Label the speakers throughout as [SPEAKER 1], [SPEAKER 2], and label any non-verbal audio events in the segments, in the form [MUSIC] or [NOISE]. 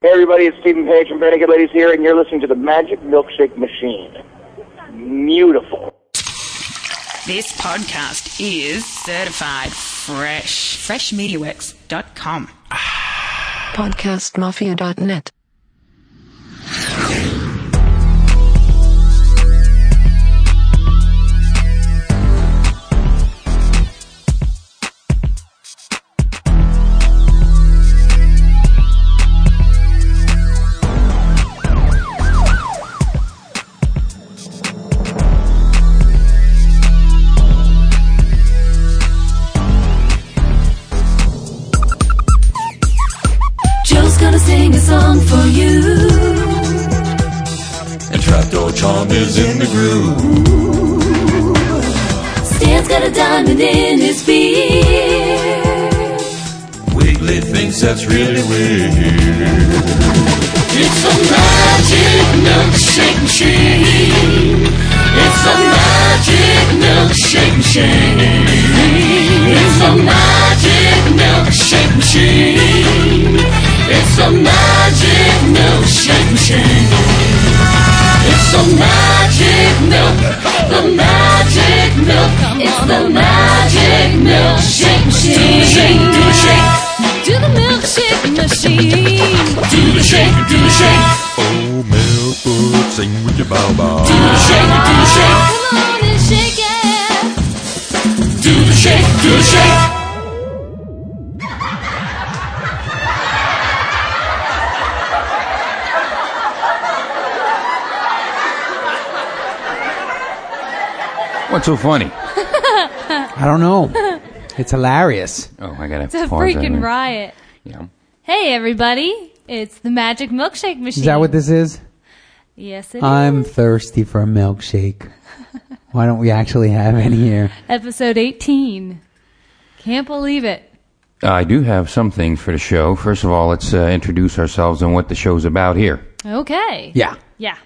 [SPEAKER 1] Hey everybody, it's Stephen Page from Very Good Ladies here, and you're listening to the Magic Milkshake Machine. Beautiful.
[SPEAKER 2] This podcast is certified fresh. Freshmediaworks.com.
[SPEAKER 3] podcastmafia.net.
[SPEAKER 4] Joe's gonna sing a song for you.
[SPEAKER 5] And Trapdoor Charm is in the groove.
[SPEAKER 4] Stan's got a diamond in his beard.
[SPEAKER 5] Wiggly thinks that's really weird.
[SPEAKER 4] It's a magic milkshake machine. It's a magic milkshake machine. It's a magic milkshake machine. It's a magic milkshake machine. It's a magic milk. The magic milk. It's the magic milkshake machine. Do the shake. Do the milkshake machine. Do the shake. Do the shake.
[SPEAKER 5] Oh, Milford, sing with your bow
[SPEAKER 4] Do
[SPEAKER 5] bow.
[SPEAKER 4] the shake. Do the shake.
[SPEAKER 6] Come on and shake it.
[SPEAKER 4] Do the shake. Do the shake.
[SPEAKER 7] What's so funny?
[SPEAKER 8] I don't [LAUGHS] know. It's hilarious.
[SPEAKER 7] Oh, I gotta.
[SPEAKER 6] It's a freaking riot.
[SPEAKER 7] Yeah.
[SPEAKER 6] Hey, everybody. It's the magic milkshake machine.
[SPEAKER 8] Is that what this is?
[SPEAKER 6] Yes, it is.
[SPEAKER 8] I'm thirsty for a milkshake. Why don't we actually have any here?
[SPEAKER 6] Episode 18. Can't believe it.
[SPEAKER 7] I do have some things for the show. First of all, let's uh, introduce ourselves and what the show's about here.
[SPEAKER 6] Okay.
[SPEAKER 8] Yeah.
[SPEAKER 6] Yeah.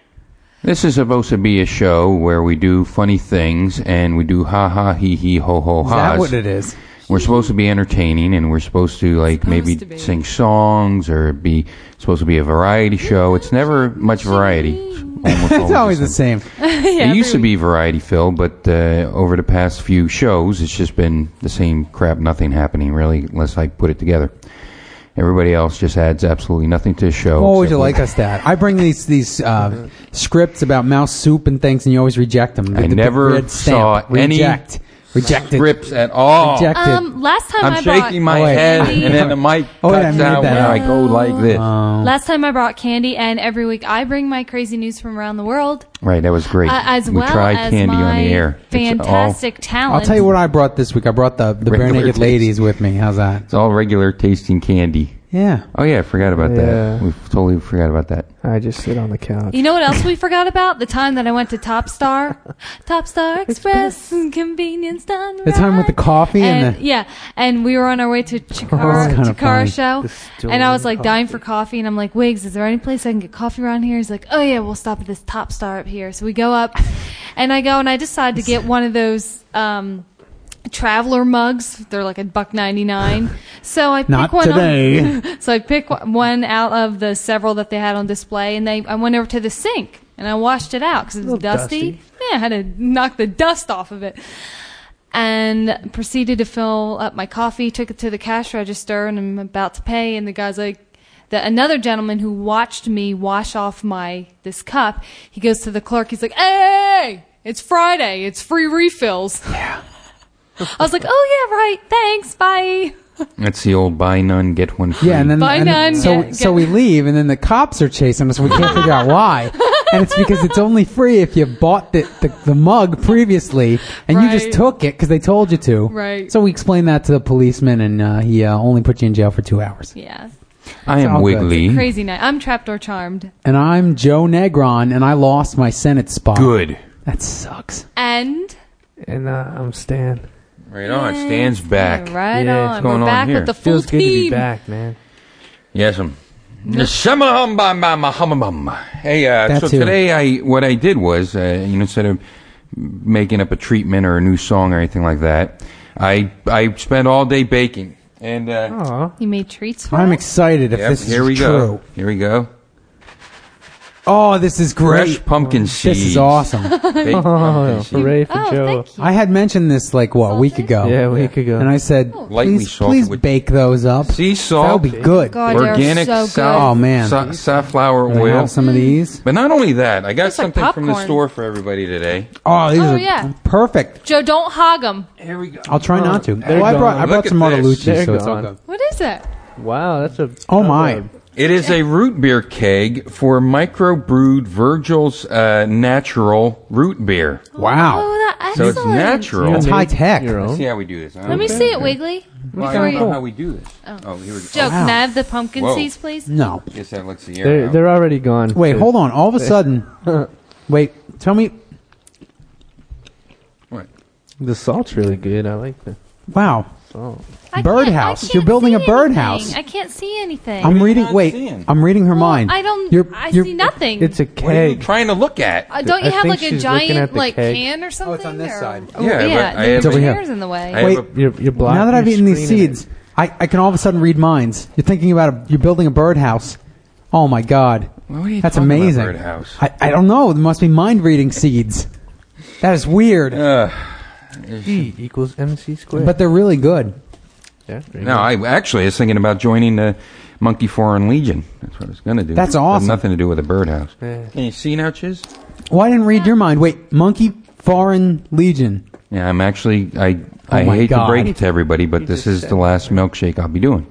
[SPEAKER 7] This is supposed to be a show where we do funny things and we do ha ha he he ho ho
[SPEAKER 8] Is
[SPEAKER 7] ha.
[SPEAKER 8] that what it is?
[SPEAKER 7] We're supposed to be entertaining and we're supposed to like maybe
[SPEAKER 6] to be.
[SPEAKER 7] sing songs or be supposed to be a variety show. It's never much variety. almost
[SPEAKER 8] [LAUGHS] It's always the same.
[SPEAKER 7] it used to be variety filled, but uh, over the past few shows, it's just been the same crap, nothing happening really, unless I put it together. Everybody else just adds absolutely nothing to the show.
[SPEAKER 8] What would
[SPEAKER 7] except
[SPEAKER 8] you like
[SPEAKER 7] for-
[SPEAKER 8] us to add? I bring these these uh, scripts about mouse soup and things, and you always reject them.
[SPEAKER 7] I
[SPEAKER 8] The- the
[SPEAKER 7] never
[SPEAKER 8] red stamp.
[SPEAKER 7] saw any
[SPEAKER 8] reject. Rejected.
[SPEAKER 7] Scripts at all.
[SPEAKER 8] Rejected.
[SPEAKER 6] Um, last time
[SPEAKER 7] I'm
[SPEAKER 6] I brought,
[SPEAKER 7] shaking my
[SPEAKER 8] Oh, wait.
[SPEAKER 7] head,
[SPEAKER 6] Andy-
[SPEAKER 7] and then the mic
[SPEAKER 8] Oh, wait, I
[SPEAKER 7] cuts
[SPEAKER 8] made
[SPEAKER 7] out
[SPEAKER 8] that Uh,
[SPEAKER 7] when
[SPEAKER 8] up.
[SPEAKER 7] I go like this.
[SPEAKER 6] last time I brought candy, and every week I bring my crazy news from around the world,
[SPEAKER 7] right, that was great.
[SPEAKER 6] uh, as
[SPEAKER 7] we
[SPEAKER 6] well
[SPEAKER 7] tried
[SPEAKER 6] as
[SPEAKER 7] candy
[SPEAKER 6] my
[SPEAKER 7] on the air.
[SPEAKER 6] fantastic talent.
[SPEAKER 8] I'll tell you what I brought this week. I brought the, the bare
[SPEAKER 7] Regular
[SPEAKER 8] naked
[SPEAKER 7] taste.
[SPEAKER 8] ladies with me. How's that?
[SPEAKER 7] It's all, it's all regular tasting candy.
[SPEAKER 8] Yeah.
[SPEAKER 7] Oh yeah, I forgot about that.
[SPEAKER 9] Yeah.
[SPEAKER 7] We totally forgot about that.
[SPEAKER 9] I just sit on the couch.
[SPEAKER 6] You know what else we forgot about? The time that I went to Top
[SPEAKER 8] [LAUGHS]
[SPEAKER 6] Star, Top Star Express, and convenience done
[SPEAKER 8] The time with the
[SPEAKER 6] right.
[SPEAKER 8] coffee and,
[SPEAKER 6] And,
[SPEAKER 8] the. Oh,
[SPEAKER 6] yeah, and we were on our way
[SPEAKER 8] [LAUGHS]
[SPEAKER 6] to Chikara,
[SPEAKER 8] That's kinda
[SPEAKER 6] Chikara
[SPEAKER 8] funny.
[SPEAKER 6] show, and I was like dying for coffee, and I'm like, Wiggs, is there any place I can get coffee around here? He's like, Oh yeah, we'll stop at this Top Star up here. So we go up, and I go and I decide to
[SPEAKER 8] [LAUGHS]
[SPEAKER 6] get one of those. Um, Traveler mugs, they're like a buck ninety nine. So I pick
[SPEAKER 8] Not
[SPEAKER 6] one up-
[SPEAKER 8] today.
[SPEAKER 6] [LAUGHS] so I picked one out of the several that they had on display, and they I went over to the sink and I washed it out because it was dusty. Yeah, I had to knock the dust off of it, and proceeded to fill up my coffee. Took it to the cash register, and I'm about to pay, and the guy's like. The, another gentleman who watched me wash off my this cup, he goes to the clerk. He's like, "Hey, it's Friday. It's free refills." Yeah. I was like, "Oh yeah, right. Thanks. Bye."
[SPEAKER 7] That's the old buy none get one free.
[SPEAKER 8] Yeah, and then
[SPEAKER 6] By
[SPEAKER 8] and
[SPEAKER 6] none,
[SPEAKER 8] so
[SPEAKER 6] get-
[SPEAKER 8] so
[SPEAKER 6] get-
[SPEAKER 8] we leave, and then the cops are chasing us. and We can't figure out why,
[SPEAKER 6] [LAUGHS]
[SPEAKER 8] and it's because it's only free if you bought the the, the mug previously, and you
[SPEAKER 6] Right.
[SPEAKER 8] just took it because they told you to.
[SPEAKER 6] Right.
[SPEAKER 8] So we explained that to the policeman, and uh, he uh, only put you in jail for two hours.
[SPEAKER 6] Yeah.
[SPEAKER 7] I
[SPEAKER 8] all
[SPEAKER 7] am
[SPEAKER 8] good.
[SPEAKER 7] Wiggly.
[SPEAKER 6] Crazy night. I'm trapdoor charmed.
[SPEAKER 8] And I'm Joe Negron, and I lost my Senate spot.
[SPEAKER 7] Good.
[SPEAKER 8] That sucks.
[SPEAKER 6] And
[SPEAKER 9] And uh, I'm Stan.
[SPEAKER 7] Right on. Stands back.
[SPEAKER 6] Right
[SPEAKER 9] Yeah,
[SPEAKER 6] on.
[SPEAKER 9] what's
[SPEAKER 6] We're
[SPEAKER 7] going on
[SPEAKER 6] back
[SPEAKER 7] here?
[SPEAKER 6] with the full
[SPEAKER 9] Feels good to be
[SPEAKER 6] team.
[SPEAKER 9] back, man.
[SPEAKER 7] Yes, um. Hey, uh,
[SPEAKER 8] That
[SPEAKER 7] so
[SPEAKER 8] too.
[SPEAKER 7] today I what I did was, uh, you know, instead of making up a treatment or a new song or anything like that, I I spent all day baking. And
[SPEAKER 6] Oh.
[SPEAKER 7] uh,
[SPEAKER 9] Aw.
[SPEAKER 6] You made treats for
[SPEAKER 8] I'm
[SPEAKER 6] us?
[SPEAKER 8] excited if
[SPEAKER 7] yep,
[SPEAKER 8] this is
[SPEAKER 7] here we
[SPEAKER 8] true.
[SPEAKER 7] go. Here we go.
[SPEAKER 8] Oh, this is great.
[SPEAKER 7] Fresh pumpkin seeds.
[SPEAKER 8] This is awesome.
[SPEAKER 7] Baked
[SPEAKER 8] [LAUGHS]
[SPEAKER 7] pumpkin
[SPEAKER 9] Oh,
[SPEAKER 7] seeds.
[SPEAKER 9] hooray for
[SPEAKER 6] oh,
[SPEAKER 9] Joe.
[SPEAKER 6] thank you.
[SPEAKER 8] I had mentioned this like what a week
[SPEAKER 6] Salted?
[SPEAKER 8] ago.
[SPEAKER 9] Yeah, a week ago.
[SPEAKER 8] And I said,
[SPEAKER 7] Lightly
[SPEAKER 8] please,
[SPEAKER 7] salted
[SPEAKER 8] please
[SPEAKER 7] with-
[SPEAKER 8] bake those up.
[SPEAKER 7] Sea
[SPEAKER 8] That'll
[SPEAKER 7] salt.
[SPEAKER 8] be good.
[SPEAKER 6] God, they are
[SPEAKER 7] Organic
[SPEAKER 6] Oh, so good.
[SPEAKER 7] sal-
[SPEAKER 8] Oh, man.
[SPEAKER 7] sa- safflower
[SPEAKER 8] Can I
[SPEAKER 7] oil.
[SPEAKER 8] have some of these.
[SPEAKER 7] But not only that, I got
[SPEAKER 6] like
[SPEAKER 7] something from the
[SPEAKER 6] popcorn.
[SPEAKER 7] store for everybody today.
[SPEAKER 8] Oh, these
[SPEAKER 6] Oh,
[SPEAKER 8] are
[SPEAKER 6] yeah.
[SPEAKER 8] perfect.
[SPEAKER 6] Joe, don't hog them.
[SPEAKER 7] Here we go.
[SPEAKER 8] I'll try not to.
[SPEAKER 9] they're
[SPEAKER 8] Well, I
[SPEAKER 9] gone.
[SPEAKER 8] brought I
[SPEAKER 7] Look
[SPEAKER 8] brought
[SPEAKER 7] at
[SPEAKER 8] some
[SPEAKER 7] this.
[SPEAKER 8] Martolucci,
[SPEAKER 9] They're
[SPEAKER 8] so it's all
[SPEAKER 9] gone.
[SPEAKER 8] good.
[SPEAKER 6] What is it?
[SPEAKER 9] Wow, that's a.
[SPEAKER 8] Oh my!
[SPEAKER 7] It is a root beer keg for microbrewed Virgil's uh, natural root beer.
[SPEAKER 8] Wow.
[SPEAKER 6] Oh, that
[SPEAKER 7] So
[SPEAKER 6] excellent.
[SPEAKER 7] it's natural.
[SPEAKER 8] That's
[SPEAKER 9] made
[SPEAKER 8] high tech.
[SPEAKER 9] your
[SPEAKER 7] Let's
[SPEAKER 9] own.
[SPEAKER 7] see how we do this.
[SPEAKER 6] Let me see it, Wiggly.
[SPEAKER 7] Well, I
[SPEAKER 6] before
[SPEAKER 7] don't
[SPEAKER 6] you-
[SPEAKER 7] know how we do this. Oh, here we go.
[SPEAKER 6] Joe,
[SPEAKER 8] Wow.
[SPEAKER 6] can I have the pumpkin
[SPEAKER 7] Whoa.
[SPEAKER 6] seeds, please?
[SPEAKER 8] No.
[SPEAKER 7] Guess that lets the air
[SPEAKER 9] They're,
[SPEAKER 7] out.
[SPEAKER 9] they're already gone.
[SPEAKER 8] Wait, hold on. All of
[SPEAKER 7] [LAUGHS]
[SPEAKER 8] a sudden, wait. Tell me.
[SPEAKER 7] What?
[SPEAKER 9] The salt's really good. I like the
[SPEAKER 8] Wow.
[SPEAKER 9] salt.
[SPEAKER 6] I
[SPEAKER 8] Birdhouse.
[SPEAKER 6] can't- I
[SPEAKER 8] You're
[SPEAKER 6] can't
[SPEAKER 8] building
[SPEAKER 6] see
[SPEAKER 8] a birdhouse.
[SPEAKER 6] anything. I can't see anything.
[SPEAKER 8] I'm
[SPEAKER 7] are you
[SPEAKER 8] reading.
[SPEAKER 7] not
[SPEAKER 8] Wait.
[SPEAKER 7] seeing?
[SPEAKER 8] I'm reading her mind.
[SPEAKER 6] I don't.
[SPEAKER 8] You're-
[SPEAKER 6] I
[SPEAKER 8] you're-
[SPEAKER 6] see nothing.
[SPEAKER 9] It's a
[SPEAKER 7] What are you
[SPEAKER 9] keg.
[SPEAKER 7] trying to look at?
[SPEAKER 6] Uh, don't you
[SPEAKER 9] I
[SPEAKER 6] have
[SPEAKER 9] think
[SPEAKER 6] like a
[SPEAKER 9] she's looking at
[SPEAKER 6] giant
[SPEAKER 9] the
[SPEAKER 6] like
[SPEAKER 9] keg.
[SPEAKER 6] can or something?
[SPEAKER 8] Oh, it's on this
[SPEAKER 6] or-
[SPEAKER 8] side.
[SPEAKER 6] Oh,
[SPEAKER 7] Yeah,
[SPEAKER 6] yeah.
[SPEAKER 7] but I have
[SPEAKER 6] the
[SPEAKER 8] a-
[SPEAKER 6] chair's in the way.
[SPEAKER 7] I have
[SPEAKER 8] Wait.
[SPEAKER 7] a-
[SPEAKER 9] You're, you're blocking.
[SPEAKER 8] now that I've
[SPEAKER 9] you're
[SPEAKER 8] eaten these
[SPEAKER 9] screening it.
[SPEAKER 8] seeds, I, I can all of a sudden read minds. You're thinking about a, you're building a birdhouse. Oh my god,
[SPEAKER 7] What are you
[SPEAKER 8] that's
[SPEAKER 7] talking about,
[SPEAKER 8] amazing.
[SPEAKER 7] birdhouse?
[SPEAKER 8] I, I don't know. There must be mind reading seeds. That is weird,
[SPEAKER 9] E equals MC squared.
[SPEAKER 8] but they're really good.
[SPEAKER 9] yeah, there you
[SPEAKER 7] no,
[SPEAKER 9] go.
[SPEAKER 7] I actually was thinking about joining the Monkey Foreign Legion. That's what I was going to do.
[SPEAKER 8] That's
[SPEAKER 7] Had
[SPEAKER 8] awesome.
[SPEAKER 7] nothing to do with a birdhouse.
[SPEAKER 9] Yeah.
[SPEAKER 7] Can you see now, Chiz?
[SPEAKER 8] Why didn't read your mind? Wait, monkey foreign legion.
[SPEAKER 7] Yeah, I'm actually. I
[SPEAKER 8] Oh
[SPEAKER 7] I
[SPEAKER 8] my
[SPEAKER 7] hate
[SPEAKER 8] God.
[SPEAKER 7] to break it to everybody, but
[SPEAKER 9] You
[SPEAKER 7] this
[SPEAKER 9] just
[SPEAKER 7] is
[SPEAKER 9] said
[SPEAKER 7] the last milkshake I'll be doing.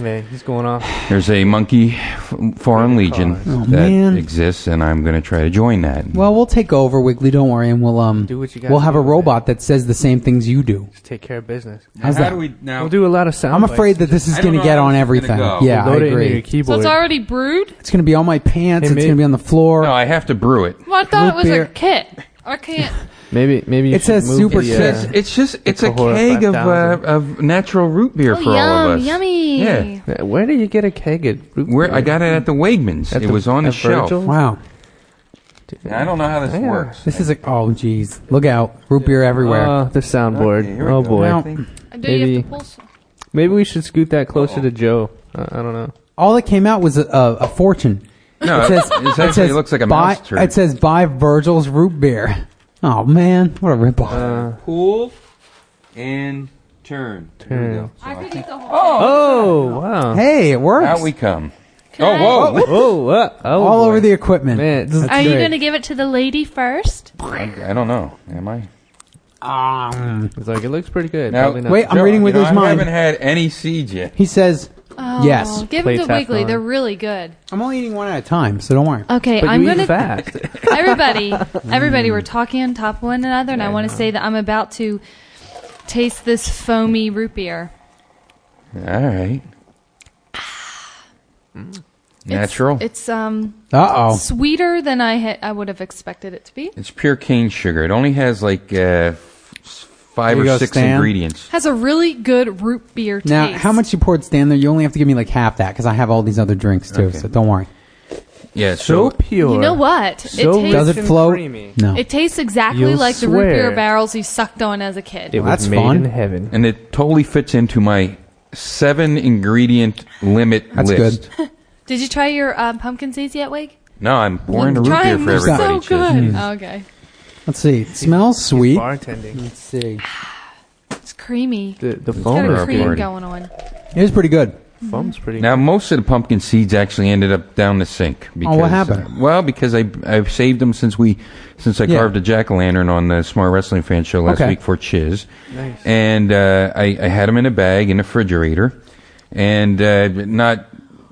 [SPEAKER 9] Man, he's going off.
[SPEAKER 7] There's a monkey f- foreign legion
[SPEAKER 9] Oh,
[SPEAKER 7] that
[SPEAKER 8] man.
[SPEAKER 7] exists, and I'm going to try to join that.
[SPEAKER 8] Well, we'll take over, Wiggly. Don't worry, and we'll um,
[SPEAKER 9] Do what you gotta
[SPEAKER 8] we'll have
[SPEAKER 9] do,
[SPEAKER 8] a robot that says the same things you do.
[SPEAKER 9] Just take care of business.
[SPEAKER 8] How's
[SPEAKER 7] how
[SPEAKER 8] that?
[SPEAKER 7] do we now?
[SPEAKER 9] We'll do a lot of sound.
[SPEAKER 8] I'm afraid that this is
[SPEAKER 7] I don't
[SPEAKER 8] going to
[SPEAKER 7] know
[SPEAKER 8] get
[SPEAKER 7] how
[SPEAKER 8] on
[SPEAKER 7] this is gonna
[SPEAKER 8] everything.
[SPEAKER 7] go.
[SPEAKER 8] Yeah, I
[SPEAKER 9] Load it into
[SPEAKER 8] agree.
[SPEAKER 9] your
[SPEAKER 6] So
[SPEAKER 9] keyboard.
[SPEAKER 6] it's already brewed.
[SPEAKER 8] It's going to be on my pants.
[SPEAKER 9] Hey,
[SPEAKER 8] it's
[SPEAKER 9] may-
[SPEAKER 8] going to be on the floor.
[SPEAKER 7] no, I have to brew it.
[SPEAKER 6] Well, I thought it was
[SPEAKER 8] beer.
[SPEAKER 6] a kit. I can't.
[SPEAKER 9] maybe maybe you
[SPEAKER 8] It
[SPEAKER 9] should
[SPEAKER 8] says
[SPEAKER 9] move
[SPEAKER 8] super
[SPEAKER 9] the,
[SPEAKER 8] kid.
[SPEAKER 9] uh,
[SPEAKER 7] It's just it's a
[SPEAKER 9] Cohort
[SPEAKER 7] keg of uh,
[SPEAKER 9] 5000.
[SPEAKER 7] of natural root beer
[SPEAKER 6] Oh,
[SPEAKER 7] for all
[SPEAKER 6] yum,
[SPEAKER 7] of us.
[SPEAKER 6] yummy.
[SPEAKER 7] Yeah,
[SPEAKER 9] Uh, Where do you get a keg at? Root
[SPEAKER 7] Where, I
[SPEAKER 9] Beer?
[SPEAKER 7] got it at the Wegmans.
[SPEAKER 9] At
[SPEAKER 7] it
[SPEAKER 9] the-
[SPEAKER 7] was on the
[SPEAKER 9] at
[SPEAKER 7] shelf.
[SPEAKER 9] Virgil's?
[SPEAKER 8] wow,
[SPEAKER 7] I don't know how this
[SPEAKER 9] Yeah.
[SPEAKER 7] works.
[SPEAKER 8] this is a oh jeez, look out! Root beer everywhere.
[SPEAKER 7] Uh,
[SPEAKER 9] Oh, the soundboard.
[SPEAKER 7] Okay, here we
[SPEAKER 9] oh
[SPEAKER 7] go.
[SPEAKER 9] boy.
[SPEAKER 8] Now-
[SPEAKER 6] Do you
[SPEAKER 9] Maybe-
[SPEAKER 6] have to pull? some-
[SPEAKER 9] Maybe we should scoot that closer
[SPEAKER 7] Uh-oh.
[SPEAKER 9] to Joe. I, I don't know.
[SPEAKER 8] All that came out was a, a, a fortune.
[SPEAKER 7] No,
[SPEAKER 8] It
[SPEAKER 7] it
[SPEAKER 8] says,
[SPEAKER 7] it's
[SPEAKER 8] it
[SPEAKER 7] actually
[SPEAKER 8] says,
[SPEAKER 7] looks like a
[SPEAKER 8] buy,
[SPEAKER 7] mouse turd.
[SPEAKER 8] It says buy Virgil's root beer. Oh man, what a ripoff!
[SPEAKER 7] Uh, Pull and turn.
[SPEAKER 9] Here we go.
[SPEAKER 6] I could eat the whole.
[SPEAKER 9] Oh wow.
[SPEAKER 8] hey, it works.
[SPEAKER 7] Out we come.
[SPEAKER 6] I-
[SPEAKER 7] oh, whoa.
[SPEAKER 9] Oh, uh, oh
[SPEAKER 8] All
[SPEAKER 9] boy.
[SPEAKER 8] over the equipment.
[SPEAKER 9] man. This is
[SPEAKER 6] Are you
[SPEAKER 9] great.
[SPEAKER 6] going to give it to the lady first?
[SPEAKER 7] I, I don't know. Am I?
[SPEAKER 8] Um,
[SPEAKER 9] It's like it looks pretty good.
[SPEAKER 7] Now-
[SPEAKER 9] Probably not.
[SPEAKER 8] Wait, I'm
[SPEAKER 7] Joe,
[SPEAKER 8] reading
[SPEAKER 7] you
[SPEAKER 8] with
[SPEAKER 7] know,
[SPEAKER 8] his
[SPEAKER 7] I
[SPEAKER 8] mind.
[SPEAKER 7] haven't had any seeds yet.
[SPEAKER 8] he says yes.
[SPEAKER 6] Oh, give
[SPEAKER 9] Play
[SPEAKER 6] them to
[SPEAKER 9] Teflon.
[SPEAKER 6] Wiggly. They're really good.
[SPEAKER 8] I'm only eating one at a time, so don't worry.
[SPEAKER 6] Okay,
[SPEAKER 9] but
[SPEAKER 6] I'm
[SPEAKER 9] you eat
[SPEAKER 6] going to
[SPEAKER 7] [LAUGHS]
[SPEAKER 9] fast. [LAUGHS]
[SPEAKER 6] everybody, everybody, we're talking on top of one another, and I want to say that I'm about to taste this foamy root beer.
[SPEAKER 7] All right. Natural. It's,
[SPEAKER 6] It's um
[SPEAKER 8] Uh oh.
[SPEAKER 6] sweeter than I had I would have expected it to be.
[SPEAKER 7] pure cane sugar. It only has like uh, f- five
[SPEAKER 8] There
[SPEAKER 7] or
[SPEAKER 8] you go,
[SPEAKER 7] six
[SPEAKER 8] Stan.
[SPEAKER 7] ingredients.
[SPEAKER 6] Has a really good root beer taste.
[SPEAKER 8] Now, how much you poured, Stan? There, you only have to give me like half that because I have all these other drinks too.
[SPEAKER 7] Okay.
[SPEAKER 8] So don't worry.
[SPEAKER 7] Yeah.
[SPEAKER 9] so
[SPEAKER 7] So
[SPEAKER 9] pure.
[SPEAKER 6] You know what?
[SPEAKER 9] So
[SPEAKER 6] it tastes,
[SPEAKER 8] Does
[SPEAKER 9] Rich
[SPEAKER 8] it
[SPEAKER 9] and
[SPEAKER 8] flow?
[SPEAKER 9] creamy.
[SPEAKER 8] No.
[SPEAKER 6] it tastes exactly
[SPEAKER 9] You'll
[SPEAKER 6] like the root
[SPEAKER 9] swear.
[SPEAKER 6] beer barrels you sucked on as a kid.
[SPEAKER 9] It
[SPEAKER 8] That's
[SPEAKER 9] was made
[SPEAKER 8] fun.
[SPEAKER 9] in heaven.
[SPEAKER 7] and it totally fits into my seven ingredient limit
[SPEAKER 8] That's
[SPEAKER 7] list. Good.
[SPEAKER 6] Did you try your um, pumpkin seeds yet, Wig? Mm,
[SPEAKER 7] No, I'm pouring the root
[SPEAKER 6] Try
[SPEAKER 7] beer
[SPEAKER 6] them.
[SPEAKER 7] for
[SPEAKER 6] They're so
[SPEAKER 7] everybody. Chiz.
[SPEAKER 8] Mm.
[SPEAKER 6] good. okay,
[SPEAKER 8] Let's see. It smells sweet.
[SPEAKER 9] Bartending.
[SPEAKER 8] Let's see.
[SPEAKER 6] it's creamy.
[SPEAKER 9] The the
[SPEAKER 6] It's got
[SPEAKER 9] foam
[SPEAKER 7] for
[SPEAKER 6] a
[SPEAKER 7] our
[SPEAKER 9] is
[SPEAKER 6] cream
[SPEAKER 7] party.
[SPEAKER 9] good.
[SPEAKER 6] going on.
[SPEAKER 8] It was pretty good. Oh,
[SPEAKER 9] Foam's pretty.
[SPEAKER 7] Now, most of the pumpkin seeds actually ended up down the sink. Because,
[SPEAKER 8] what happened?
[SPEAKER 7] uh, well, because I I've saved them since we since I
[SPEAKER 8] Yeah.
[SPEAKER 7] carved a jack o' lantern on the Smart Wrestling Fan Show last
[SPEAKER 8] Okay.
[SPEAKER 7] week for Chiz, and uh, I, I had them in a bag in the refrigerator, and uh, not.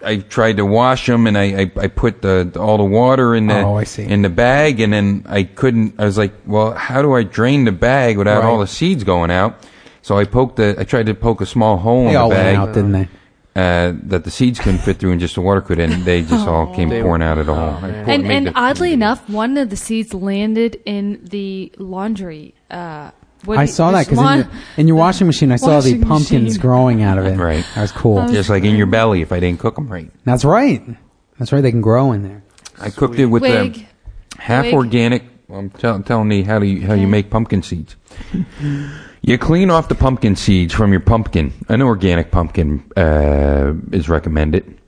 [SPEAKER 7] I tried to wash them, and I, I, I put the, the- all the water in the
[SPEAKER 8] Oh, I see.
[SPEAKER 7] in the bag, and then I couldn't. I was like, "Well, how do I drain the bag without
[SPEAKER 8] Right.
[SPEAKER 7] all the seeds going out?" So I poked the. I tried to poke a small hole
[SPEAKER 8] They
[SPEAKER 7] in
[SPEAKER 8] all
[SPEAKER 7] the bag
[SPEAKER 8] went out, didn't they?
[SPEAKER 7] uh, that the seeds couldn't fit through and just the water could, and
[SPEAKER 6] [LAUGHS]
[SPEAKER 7] they just
[SPEAKER 6] Oh,
[SPEAKER 7] all came pouring out at all.
[SPEAKER 6] And and oddly enough, one of the seeds landed in the laundry. Uh, what
[SPEAKER 8] I
[SPEAKER 6] do you-
[SPEAKER 8] saw that
[SPEAKER 6] there's
[SPEAKER 8] because in,
[SPEAKER 6] laun-
[SPEAKER 8] your- in
[SPEAKER 6] [LAUGHS]
[SPEAKER 8] your washing machine, I saw the
[SPEAKER 6] Washing
[SPEAKER 8] pumpkins
[SPEAKER 6] machine. Um,
[SPEAKER 8] growing out of it.
[SPEAKER 7] Right.
[SPEAKER 8] That was cool.
[SPEAKER 7] just like in your belly if I didn't cook them right.
[SPEAKER 8] That's right. That's right. They can grow in there.
[SPEAKER 7] I cooked it with
[SPEAKER 6] Wig.
[SPEAKER 7] the half
[SPEAKER 6] Wig.
[SPEAKER 7] organic. I'm tell telling you how do you, how you make pumpkin seeds. You clean off the pumpkin seeds from your pumpkin. An organic pumpkin uh, is recommended.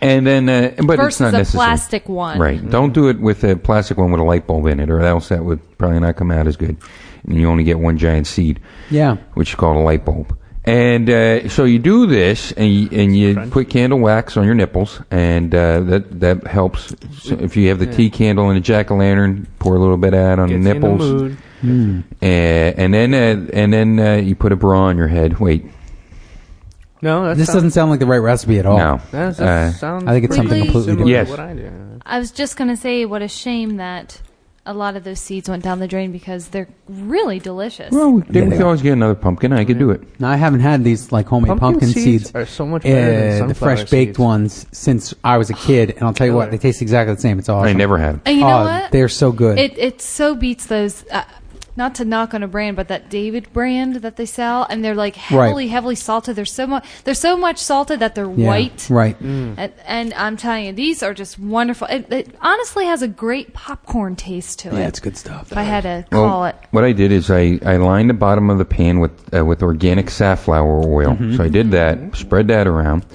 [SPEAKER 7] And then, uh, but
[SPEAKER 6] Versus
[SPEAKER 7] it's not
[SPEAKER 6] a
[SPEAKER 7] necessary.
[SPEAKER 6] plastic one. Mm-hmm.
[SPEAKER 7] Right. Don't do it with a plastic one with a light bulb in it, or else that would probably not come out as good. And you only get one giant seed
[SPEAKER 8] Yeah.
[SPEAKER 7] which is called a light bulb. And uh, so you do this, and you, and you put candle wax on your nipples, and uh, that that helps. So if you have the tea candle and a jack o' lantern, pour a little bit out on
[SPEAKER 9] Gets you
[SPEAKER 7] the
[SPEAKER 9] in the
[SPEAKER 7] nipples,
[SPEAKER 9] mood.
[SPEAKER 7] Uh, and then uh, and then uh, you put a bra on your head. Wait,
[SPEAKER 9] No, that
[SPEAKER 8] This
[SPEAKER 9] sounds,
[SPEAKER 8] doesn't sound like the right recipe at all.
[SPEAKER 7] no,
[SPEAKER 9] That,
[SPEAKER 7] Uh,
[SPEAKER 9] that sounds
[SPEAKER 8] I think it's
[SPEAKER 9] pretty
[SPEAKER 8] something completely
[SPEAKER 9] similar
[SPEAKER 8] different.
[SPEAKER 7] Yes.
[SPEAKER 9] To what I do.
[SPEAKER 6] I was just going to say, what a shame that a lot of those seeds went down the drain because they're really delicious.
[SPEAKER 7] well, we,
[SPEAKER 8] Yeah,
[SPEAKER 7] we
[SPEAKER 8] they
[SPEAKER 7] could always get another pumpkin. I could do it.
[SPEAKER 8] Now, I haven't had these like homemade
[SPEAKER 9] Pumpkin
[SPEAKER 8] pumpkin,
[SPEAKER 9] seeds
[SPEAKER 8] seeds,
[SPEAKER 9] are so much better than
[SPEAKER 8] the
[SPEAKER 9] sunflower
[SPEAKER 8] fresh baked
[SPEAKER 9] seeds.
[SPEAKER 8] ones since I was a kid, and I'll tell you what, they taste exactly the same. It's awesome.
[SPEAKER 7] I never have.
[SPEAKER 6] And Uh, you know
[SPEAKER 8] Oh,
[SPEAKER 6] what?
[SPEAKER 8] They're so good.
[SPEAKER 6] It it so beats those. Uh, not to knock on a brand, but that David brand that they sell, and they're like heavily,
[SPEAKER 8] Right.
[SPEAKER 6] heavily salted. They're so much, they're so much salted that they're
[SPEAKER 8] Yeah,
[SPEAKER 6] white.
[SPEAKER 8] Right.
[SPEAKER 7] Mm.
[SPEAKER 6] And, and I'm telling you, these are just wonderful. It, it honestly has a great popcorn taste to it.
[SPEAKER 8] Yeah, it's good stuff.
[SPEAKER 6] If I had to call
[SPEAKER 7] Well,
[SPEAKER 6] it,
[SPEAKER 7] What I did is I, I lined the bottom of the pan with uh, with organic safflower oil.
[SPEAKER 6] Mm-hmm.
[SPEAKER 7] So I did that, spread that around,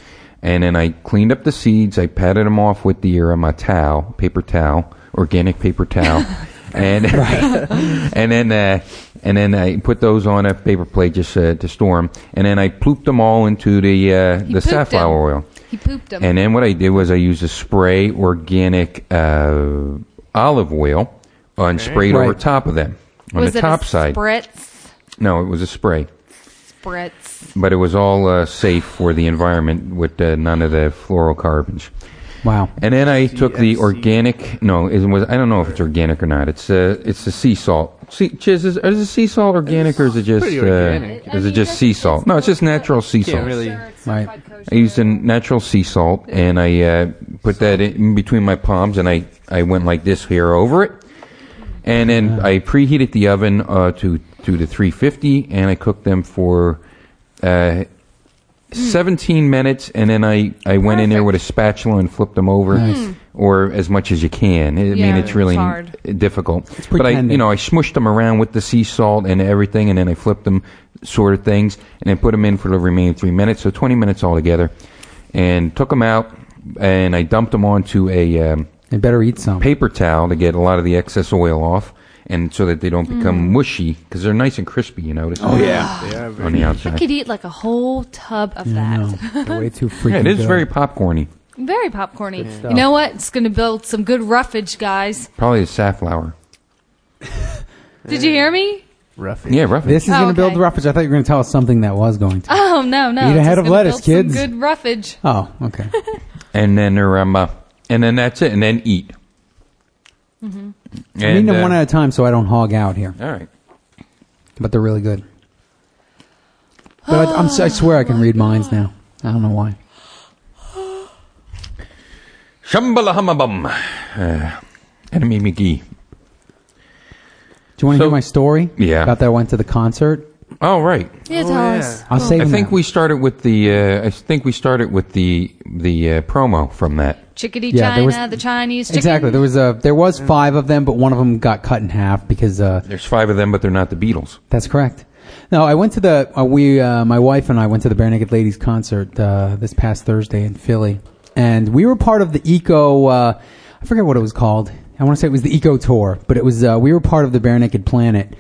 [SPEAKER 7] and then I cleaned up the seeds. I patted them off with the uh, my towel, paper towel, organic
[SPEAKER 6] [LAUGHS]
[SPEAKER 7] paper towel, and [LAUGHS] and then uh, and then I put those on a paper plate just uh, to store them. And then I plooped them all into the uh,
[SPEAKER 6] He
[SPEAKER 7] the
[SPEAKER 6] pooped 'em.
[SPEAKER 7] safflower oil.
[SPEAKER 6] he pooped them.
[SPEAKER 7] And then what I did was I used a spray organic uh, olive oil and sprayed over
[SPEAKER 8] Right.
[SPEAKER 7] top of them on
[SPEAKER 6] was
[SPEAKER 7] the
[SPEAKER 6] it
[SPEAKER 7] top
[SPEAKER 6] a
[SPEAKER 7] side.
[SPEAKER 6] spritz?
[SPEAKER 7] No, it was a spray,
[SPEAKER 6] Spritz.
[SPEAKER 7] but it was all uh, safe for the environment with uh, none of the fluorocarbons.
[SPEAKER 8] Wow.
[SPEAKER 7] And then I took the organic. No, it was I don't know if it's organic or not. It's uh, it's the sea salt. Sea, is, is, is it sea salt organic or is it just
[SPEAKER 9] pretty
[SPEAKER 7] uh,
[SPEAKER 9] organic.
[SPEAKER 7] is it just sea salt? No, it's just natural sea
[SPEAKER 9] Can't
[SPEAKER 7] salt.
[SPEAKER 9] really.
[SPEAKER 8] Right.
[SPEAKER 7] I used a natural sea salt, and I uh, put that in between my palms, and I, I went like this here over it, and then I preheated the oven uh, to to the 350, and I cooked them for uh, 17 minutes, and then I, I went in there with a spatula and flipped them over, or as much as you can. I mean,
[SPEAKER 6] Yeah,
[SPEAKER 7] it's really
[SPEAKER 6] it's hard.
[SPEAKER 7] difficult, but I
[SPEAKER 8] pretending.
[SPEAKER 7] you know I smushed them around with the sea salt and everything, and then I flipped them, sort of things, and then put them in for the remaining three minutes, so 20 minutes altogether, and took them out, and I dumped them onto a um,
[SPEAKER 8] They better eat some.
[SPEAKER 7] paper towel to get a lot of the excess oil off, and so that they don't
[SPEAKER 8] Mm.
[SPEAKER 7] become mushy because they're nice and crispy. You notice? Oh yeah, on the
[SPEAKER 6] I
[SPEAKER 7] outside.
[SPEAKER 6] could eat like a whole tub of that.
[SPEAKER 8] No,
[SPEAKER 6] [LAUGHS]
[SPEAKER 8] they're way too freaking
[SPEAKER 7] Yeah, it is
[SPEAKER 8] good.
[SPEAKER 7] very popcorny.
[SPEAKER 6] Very popcorny. You know what? It's going to build some good roughage, guys.
[SPEAKER 7] Probably the safflower.
[SPEAKER 6] Did you hear me?
[SPEAKER 9] Rough.
[SPEAKER 7] Yeah, roughly.
[SPEAKER 8] This is
[SPEAKER 6] Oh,
[SPEAKER 8] going to build
[SPEAKER 6] okay.
[SPEAKER 8] roughage. I thought you were going to tell us something that was
[SPEAKER 6] [LAUGHS]
[SPEAKER 8] going to.
[SPEAKER 6] Oh no, no!
[SPEAKER 8] Eat
[SPEAKER 6] It's
[SPEAKER 8] a head
[SPEAKER 6] just
[SPEAKER 8] of
[SPEAKER 6] gonna
[SPEAKER 8] lettuce,
[SPEAKER 6] build some
[SPEAKER 8] kids.
[SPEAKER 6] Good roughage.
[SPEAKER 8] Oh, okay.
[SPEAKER 7] and then they're, um, uh, and then that's it, and then eat. Mm-hmm.
[SPEAKER 8] I'm eating them one at a time so I don't hog out here,
[SPEAKER 7] all right.
[SPEAKER 8] but they're really good. But I, I'm, si swear I can read minds now. I don't know why.
[SPEAKER 7] Shambhala Hamabum. Uh, Enemy McGee.
[SPEAKER 8] Do you want to
[SPEAKER 7] So-
[SPEAKER 8] hear my story?
[SPEAKER 7] Yeah.
[SPEAKER 8] About that I went to the concert.
[SPEAKER 7] All right.
[SPEAKER 6] Yeah, tell us.
[SPEAKER 8] I'll save
[SPEAKER 7] I
[SPEAKER 8] them
[SPEAKER 7] think
[SPEAKER 8] now.
[SPEAKER 7] we started with the. Uh, I think we started with the the uh, promo from that.
[SPEAKER 6] Chickadee
[SPEAKER 8] Yeah,
[SPEAKER 6] China,
[SPEAKER 8] there was-
[SPEAKER 6] the Chinese chicken.
[SPEAKER 8] Exactly. There was a there was five of them, but one of them got cut in half because uh,
[SPEAKER 7] There's five of them, but they're not the Beatles.
[SPEAKER 8] That's correct. No, I went to the uh, we uh, my wife and I went to the Bare Naked Ladies concert uh, this past Thursday in Philly, and we were part of the eco. Uh, I forget what it was called. I want to say it was the eco tour, but it was uh, we were part of the Bare Naked Planet,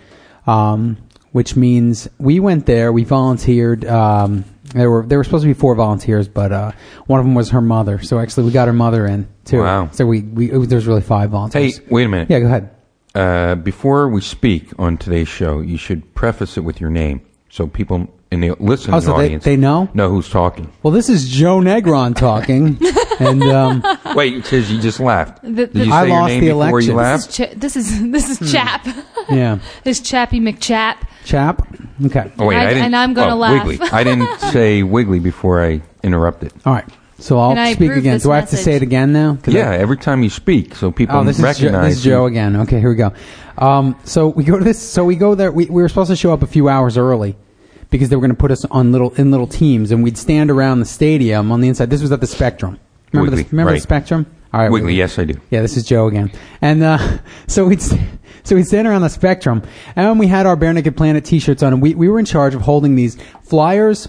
[SPEAKER 8] um, which means we went there. We volunteered. Um, there were there were supposed to be four volunteers, but uh, one of them was her mother. So actually, we got her mother in too.
[SPEAKER 7] Wow.
[SPEAKER 8] So we, we it was, there was really five
[SPEAKER 7] Hey,
[SPEAKER 8] volunteers.
[SPEAKER 7] wait a minute.
[SPEAKER 8] Yeah, go ahead.
[SPEAKER 7] Uh, before we speak on today's show, you should preface it with your name so people in the listening
[SPEAKER 8] Oh, so they-
[SPEAKER 7] audience
[SPEAKER 8] they know?
[SPEAKER 7] know who's
[SPEAKER 8] [LAUGHS]
[SPEAKER 7] talking.
[SPEAKER 8] Well, this is Joe Negron
[SPEAKER 7] [LAUGHS]
[SPEAKER 8] talking, and. Um,
[SPEAKER 7] Wait, it says you just laughed.
[SPEAKER 6] The-
[SPEAKER 7] Did you
[SPEAKER 8] I
[SPEAKER 7] say your
[SPEAKER 8] lost
[SPEAKER 7] name
[SPEAKER 8] the
[SPEAKER 7] before you
[SPEAKER 8] election.
[SPEAKER 6] This
[SPEAKER 7] laughed?
[SPEAKER 6] is, Ch- this is [LAUGHS] this is Chap.
[SPEAKER 8] Yeah.
[SPEAKER 6] [LAUGHS] this Chappy McChap.
[SPEAKER 8] Chap. Okay.
[SPEAKER 7] Oh, wait,
[SPEAKER 6] I-
[SPEAKER 7] I, didn't.
[SPEAKER 6] and I'm gonna
[SPEAKER 7] oh,
[SPEAKER 6] laugh.
[SPEAKER 7] Wiggly.
[SPEAKER 6] [LAUGHS]
[SPEAKER 7] I didn't say Wiggly before I interrupted.
[SPEAKER 8] All right. So I'll
[SPEAKER 6] And I
[SPEAKER 8] speak
[SPEAKER 6] approve
[SPEAKER 8] again.
[SPEAKER 6] this
[SPEAKER 8] Do I have to
[SPEAKER 6] message.
[SPEAKER 8] say it again now? 'Cause I-
[SPEAKER 7] Yeah, every time you speak, so people
[SPEAKER 8] Oh, this is, Joe,
[SPEAKER 7] recognize
[SPEAKER 8] this is
[SPEAKER 7] you.
[SPEAKER 8] Joe again. Okay, here we go. Um, so we go to this. So we go there. We, we were supposed to show up a few hours early because they were going to put us on little in little teams, and we'd stand around the stadium on the inside. This was at the Spectrum. Remember
[SPEAKER 7] Would
[SPEAKER 8] the
[SPEAKER 7] we?
[SPEAKER 8] remember
[SPEAKER 7] Right.
[SPEAKER 8] the Spectrum? All All right,
[SPEAKER 7] Wiggly, yes, I do.
[SPEAKER 8] Yeah, this is Joe again. And uh, [LAUGHS] so we'd st- so we'd stand around the spectrum, and we had our Bare Naked Planet T-shirts on, and we we were in charge of holding these flyers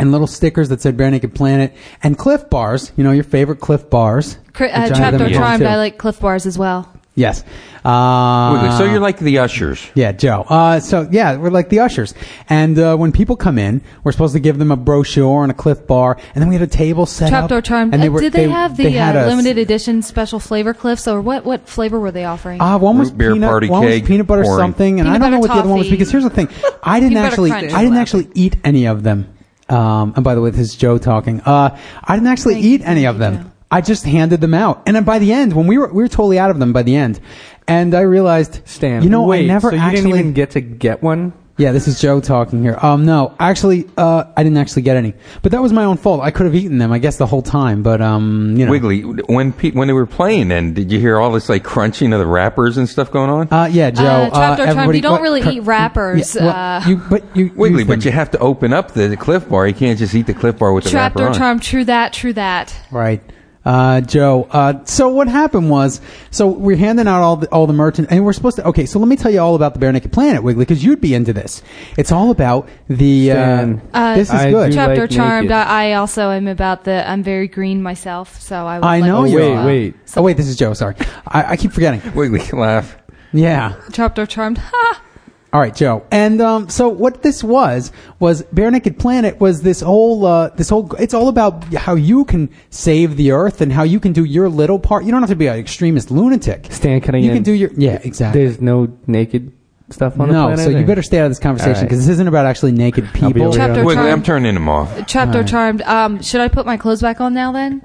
[SPEAKER 8] and little stickers that said Bare Naked Planet and Cliff Bars. You know your favorite Cliff Bars.
[SPEAKER 6] Cri-
[SPEAKER 8] which I
[SPEAKER 6] uh,
[SPEAKER 8] have
[SPEAKER 6] Trapped
[SPEAKER 8] them
[SPEAKER 6] or
[SPEAKER 8] at home,
[SPEAKER 6] Charmed,
[SPEAKER 8] too.
[SPEAKER 6] I like Cliff Bars as well.
[SPEAKER 8] Yes. Uh,
[SPEAKER 7] Wiggly. So you're like the ushers.
[SPEAKER 8] yeah, Joe. Uh, so yeah, we're like the ushers, and uh, when people come in, we're supposed to give them a brochure and a Cliff Bar, and then we had a table set
[SPEAKER 6] Trapped
[SPEAKER 8] up.
[SPEAKER 6] or Charmed.
[SPEAKER 8] and
[SPEAKER 6] Uh, did they, have the
[SPEAKER 8] had
[SPEAKER 6] uh,
[SPEAKER 8] a-
[SPEAKER 6] limited edition special flavor cliffs, or what? What flavor were they offering?
[SPEAKER 8] Ah, one was
[SPEAKER 7] Root beer
[SPEAKER 8] peanut,
[SPEAKER 7] party
[SPEAKER 8] one
[SPEAKER 7] cake,
[SPEAKER 8] was peanut butter
[SPEAKER 7] boring.
[SPEAKER 8] something, and
[SPEAKER 6] Peanut
[SPEAKER 8] I don't know
[SPEAKER 6] butter
[SPEAKER 8] what the other one was
[SPEAKER 6] toffee.
[SPEAKER 8] because here's
[SPEAKER 6] [LAUGHS]
[SPEAKER 8] the thing: I didn't
[SPEAKER 6] Peanut butter
[SPEAKER 8] actually,
[SPEAKER 6] crunch.
[SPEAKER 8] I didn't actually eat any of them. Um, and by the way, this is Joe talking. Uh, I didn't actually
[SPEAKER 6] Thank
[SPEAKER 8] eat
[SPEAKER 6] you,
[SPEAKER 8] any
[SPEAKER 6] thank
[SPEAKER 8] of
[SPEAKER 6] you,
[SPEAKER 8] them.
[SPEAKER 6] Joe.
[SPEAKER 8] I just handed them out, and then by the end, when we were we were totally out of them by the end, and I realized,
[SPEAKER 9] Stan.
[SPEAKER 8] you know,
[SPEAKER 9] wait,
[SPEAKER 8] I never
[SPEAKER 9] so you
[SPEAKER 8] actually
[SPEAKER 9] didn't even get to get one.
[SPEAKER 8] yeah, this is Joe talking here. Um, no, actually, uh, I didn't actually get any, but that was my own fault. I could have eaten them, I guess, the whole time, but um, you know,
[SPEAKER 7] Wiggly, when pe- when they were playing, then did you hear all this like crunching of the wrappers and stuff going on?
[SPEAKER 8] Uh, yeah, Joe.
[SPEAKER 6] Uh, trapped or charmed,
[SPEAKER 8] everybody-
[SPEAKER 6] you don't really eat wrappers,
[SPEAKER 8] Yeah, well,
[SPEAKER 6] uh,
[SPEAKER 8] you, but you
[SPEAKER 7] Wiggly,
[SPEAKER 8] use
[SPEAKER 7] but
[SPEAKER 8] them.
[SPEAKER 7] you have to open up the, the Cliff Bar. You can't just eat the Cliff Bar with the
[SPEAKER 6] Trapped
[SPEAKER 7] wrapper
[SPEAKER 6] or
[SPEAKER 7] on.
[SPEAKER 6] Charmed. True that. True that.
[SPEAKER 8] Right. Uh, Joe. Uh, so what happened was, so we're handing out all the, all the merchant, and we're supposed to. Okay, so let me tell you all about the Bare Naked Planet, Wiggly, because you'd be into this. It's all about the. Uh,
[SPEAKER 9] Stan.
[SPEAKER 6] Uh,
[SPEAKER 8] this is
[SPEAKER 9] I
[SPEAKER 8] good.
[SPEAKER 9] do
[SPEAKER 6] Trapped
[SPEAKER 9] like
[SPEAKER 6] or Charmed. Uh,
[SPEAKER 9] naked.
[SPEAKER 6] I, I also am about the. I'm very green myself, so I. Would
[SPEAKER 8] I know
[SPEAKER 6] Like
[SPEAKER 8] you.
[SPEAKER 9] wait,
[SPEAKER 8] are.
[SPEAKER 6] uh,
[SPEAKER 9] wait.
[SPEAKER 8] Oh wait, this is Joe. Sorry, I, I keep forgetting.
[SPEAKER 7] Wiggly, [LAUGHS] laugh.
[SPEAKER 8] Yeah.
[SPEAKER 6] Trapped or Charmed. Ha!
[SPEAKER 8] All right, Joe. And um, so what this was was Bare Naked Planet was this whole uh, this whole it's all about how you can save the Earth and how you can do your little part. You don't have to be an extremist lunatic.
[SPEAKER 9] Stan, can I
[SPEAKER 8] You
[SPEAKER 9] in?
[SPEAKER 8] can do your yeah exactly.
[SPEAKER 9] There's no naked stuff on the
[SPEAKER 8] no,
[SPEAKER 9] planet.
[SPEAKER 8] so you
[SPEAKER 9] or-
[SPEAKER 8] better stay out of this conversation
[SPEAKER 9] right.
[SPEAKER 8] because this isn't about actually naked
[SPEAKER 9] I'll be
[SPEAKER 8] people.
[SPEAKER 9] over
[SPEAKER 6] Chapter
[SPEAKER 9] there.
[SPEAKER 6] Or
[SPEAKER 7] Wiggly,
[SPEAKER 6] charmed.
[SPEAKER 7] I'm turning them off.
[SPEAKER 6] Trapped or Charmed. Um, should I put my clothes back on now then?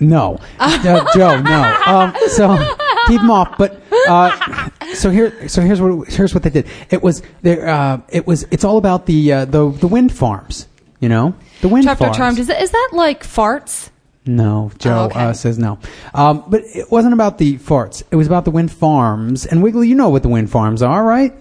[SPEAKER 8] No, Uh, Joe, no. Um, so keep them off. But uh, so here, so here's what here's what they did. It was there. Uh, it was it's all about the uh, the the wind farms. You know the wind
[SPEAKER 6] Trapped or
[SPEAKER 8] farms.
[SPEAKER 6] Charmed. Is that, is that like farts?
[SPEAKER 8] No, Joe
[SPEAKER 6] Oh, okay.
[SPEAKER 8] uh, says no. Um, but it wasn't about the farts. It was about the wind farms. And Wiggly, you know what the wind farms are, right?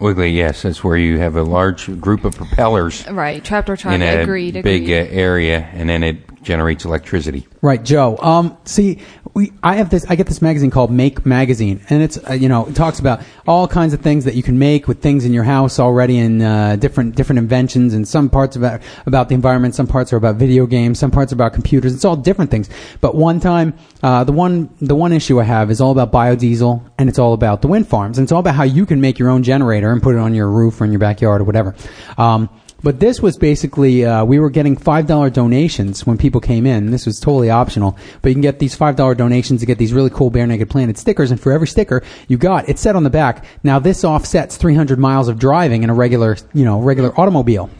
[SPEAKER 7] Wiggly, yes, that's where you have a large group of propellers
[SPEAKER 6] Right. Trapped or
[SPEAKER 7] in
[SPEAKER 6] Charmed.
[SPEAKER 7] a
[SPEAKER 6] agreed.
[SPEAKER 7] big
[SPEAKER 6] agreed.
[SPEAKER 7] Uh, area, and then it generates electricity.
[SPEAKER 8] Right, Joe. Um, see, we I have this. I get this magazine called Make Magazine, and it's uh, you know it talks about all kinds of things that you can make with things in your house already, and uh, different different inventions. And some parts about about the environment, some parts are about video games, some parts are about computers. It's all different things. But one time, uh, the one the one issue I have is all about biodiesel, and it's all about the wind farms, and it's all about how you can make your own generator and put it on your roof or in your backyard or whatever. Um, but this was basically uh, we were getting five dollar donations when people came in. This was totally optional, but you can get these five dollar donations to get these really cool Bare Naked Planet stickers. And for every sticker you got, it said on the back, "Now this offsets 300 miles of driving in a regular, you know, regular automobile."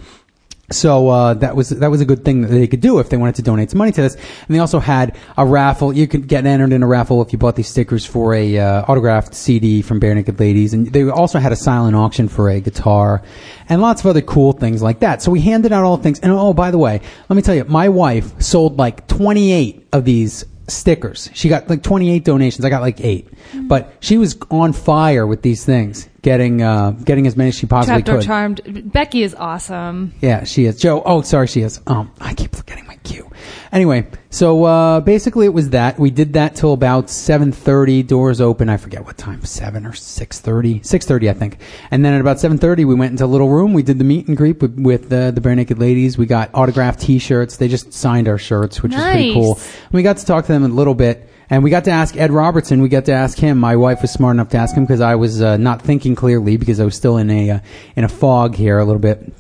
[SPEAKER 8] So uh, that was that was a good thing that they could do if they wanted to donate some money to this. And they also had a raffle. You could get entered in a raffle if you bought these stickers for a uh, autographed CD from Bare Naked Ladies. And they also had a silent auction for a guitar and lots of other cool things like that. So we handed out all the things. And oh, by the way, let me tell you, my wife sold like 28 of these stickers. She got like 28 donations. I got like eight, but she was on fire with these things, getting uh, getting as many as she possibly
[SPEAKER 6] Trapped or
[SPEAKER 8] could.
[SPEAKER 6] Charmed. Becky is awesome.
[SPEAKER 8] Yeah, she is. Joe. Oh, sorry, she is. Um, I keep forgetting my cue. Anyway, so uh, basically, it was that we did that till about seven thirty. Doors open. I forget what time. Seven or six thirty. Six thirty, I think. And then at about seven thirty, we went into a little room. We did the meet and greet with, with uh, the bare naked ladies. We got autographed T-shirts. They just signed our shirts, which is pretty
[SPEAKER 6] Nice.
[SPEAKER 8] cool. And we got to talk to them a little bit. And we got to ask Ed Robertson. We got to ask him. My wife was smart enough to ask him because I was uh, not thinking clearly because I was still in a uh, in a fog here a little bit.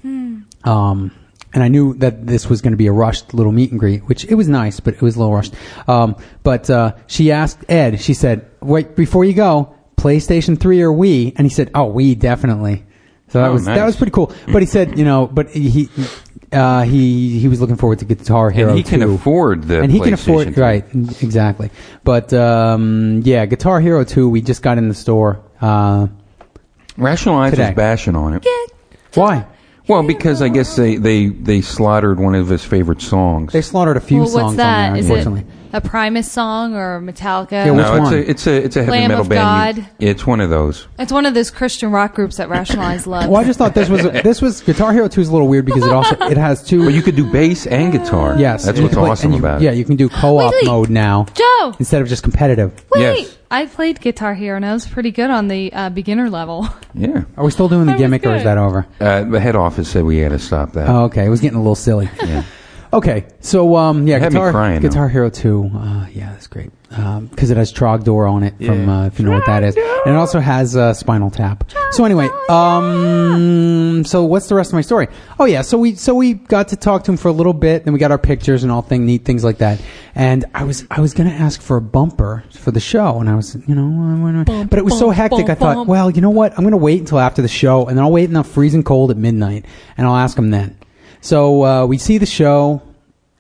[SPEAKER 8] Um, and I knew that this was going to be a rushed little meet and greet, which it was nice, but it was a little rushed. Um, but uh, she asked Ed. She said, "Wait, before you go, PlayStation Three or Wii?" And he said, "Oh, Wii, definitely." So that
[SPEAKER 7] Oh,
[SPEAKER 8] was
[SPEAKER 7] nice.
[SPEAKER 8] that was pretty cool. But he said, you know, but he uh, he he was looking forward to Guitar Hero.
[SPEAKER 7] he can
[SPEAKER 8] 2.
[SPEAKER 7] afford the
[SPEAKER 8] and he can afford
[SPEAKER 7] PlayStation 3.
[SPEAKER 8] right exactly. But um, yeah, Guitar Hero Two. We just got in the store. Uh,
[SPEAKER 7] Rationalize
[SPEAKER 8] Today.
[SPEAKER 7] is bashing on it.
[SPEAKER 8] why?
[SPEAKER 7] Well, because I guess they, they, they slaughtered one of his favorite songs.
[SPEAKER 8] They slaughtered a few
[SPEAKER 6] Well,
[SPEAKER 8] songs
[SPEAKER 6] what's that?
[SPEAKER 8] on there,
[SPEAKER 6] Is
[SPEAKER 8] unfortunately.
[SPEAKER 6] it? a Primus song or Metallica.
[SPEAKER 8] Yeah, Which
[SPEAKER 7] no, it's
[SPEAKER 8] one?
[SPEAKER 7] a it's a it's a heavy
[SPEAKER 6] Lamb
[SPEAKER 7] metal
[SPEAKER 6] of
[SPEAKER 7] band.
[SPEAKER 6] God.
[SPEAKER 7] You- it's one of those.
[SPEAKER 6] it's one of those Christian rock groups that
[SPEAKER 8] [COUGHS]
[SPEAKER 6] Rationalize loves.
[SPEAKER 8] Well, I just thought this
[SPEAKER 6] [LAUGHS]
[SPEAKER 8] was this was Guitar Hero Two is a little weird because it also it has two.
[SPEAKER 7] But you could do bass and guitar.
[SPEAKER 8] yes,
[SPEAKER 7] that's
[SPEAKER 8] you
[SPEAKER 7] what's
[SPEAKER 8] can play-
[SPEAKER 7] awesome
[SPEAKER 8] and you-
[SPEAKER 7] about
[SPEAKER 8] Yeah,
[SPEAKER 7] it.
[SPEAKER 8] you can do co-op
[SPEAKER 6] Wait, wait.
[SPEAKER 8] mode now
[SPEAKER 6] Joe,
[SPEAKER 8] instead of just competitive.
[SPEAKER 6] wait!
[SPEAKER 7] Yes.
[SPEAKER 6] I played Guitar Hero and I was pretty good on the uh, beginner level. [LAUGHS]
[SPEAKER 7] Yeah,
[SPEAKER 8] Are we still doing the
[SPEAKER 6] That was
[SPEAKER 8] gimmick or is
[SPEAKER 6] good.
[SPEAKER 8] that over?
[SPEAKER 7] uh, the head office said we had to stop that.
[SPEAKER 8] Oh, okay, it was getting a
[SPEAKER 6] [LAUGHS]
[SPEAKER 8] little silly. [LAUGHS]
[SPEAKER 7] Yeah.
[SPEAKER 8] Okay, so um, yeah,
[SPEAKER 7] It had me
[SPEAKER 8] Guitar,
[SPEAKER 7] crying, though.
[SPEAKER 8] Guitar Hero Two, uh, yeah, that's great because it has Trogdor on it from
[SPEAKER 9] Yeah.
[SPEAKER 8] uh, if you know what that is, and it also has uh, Spinal Tap. So anyway, um, so what's the rest of my story? Oh yeah, so we so we got to talk to him for a little bit, then we got our pictures and all thing neat things like that, and I was I was gonna ask for a bumper for the show, and I was you know, but it was so
[SPEAKER 6] bump,
[SPEAKER 8] hectic. I
[SPEAKER 6] bump,
[SPEAKER 8] thought,
[SPEAKER 6] bump.
[SPEAKER 8] well, you know what? I'm gonna wait until after the show, and then I'll wait in the freezing cold at midnight, and I'll ask him then. So uh, we see the show,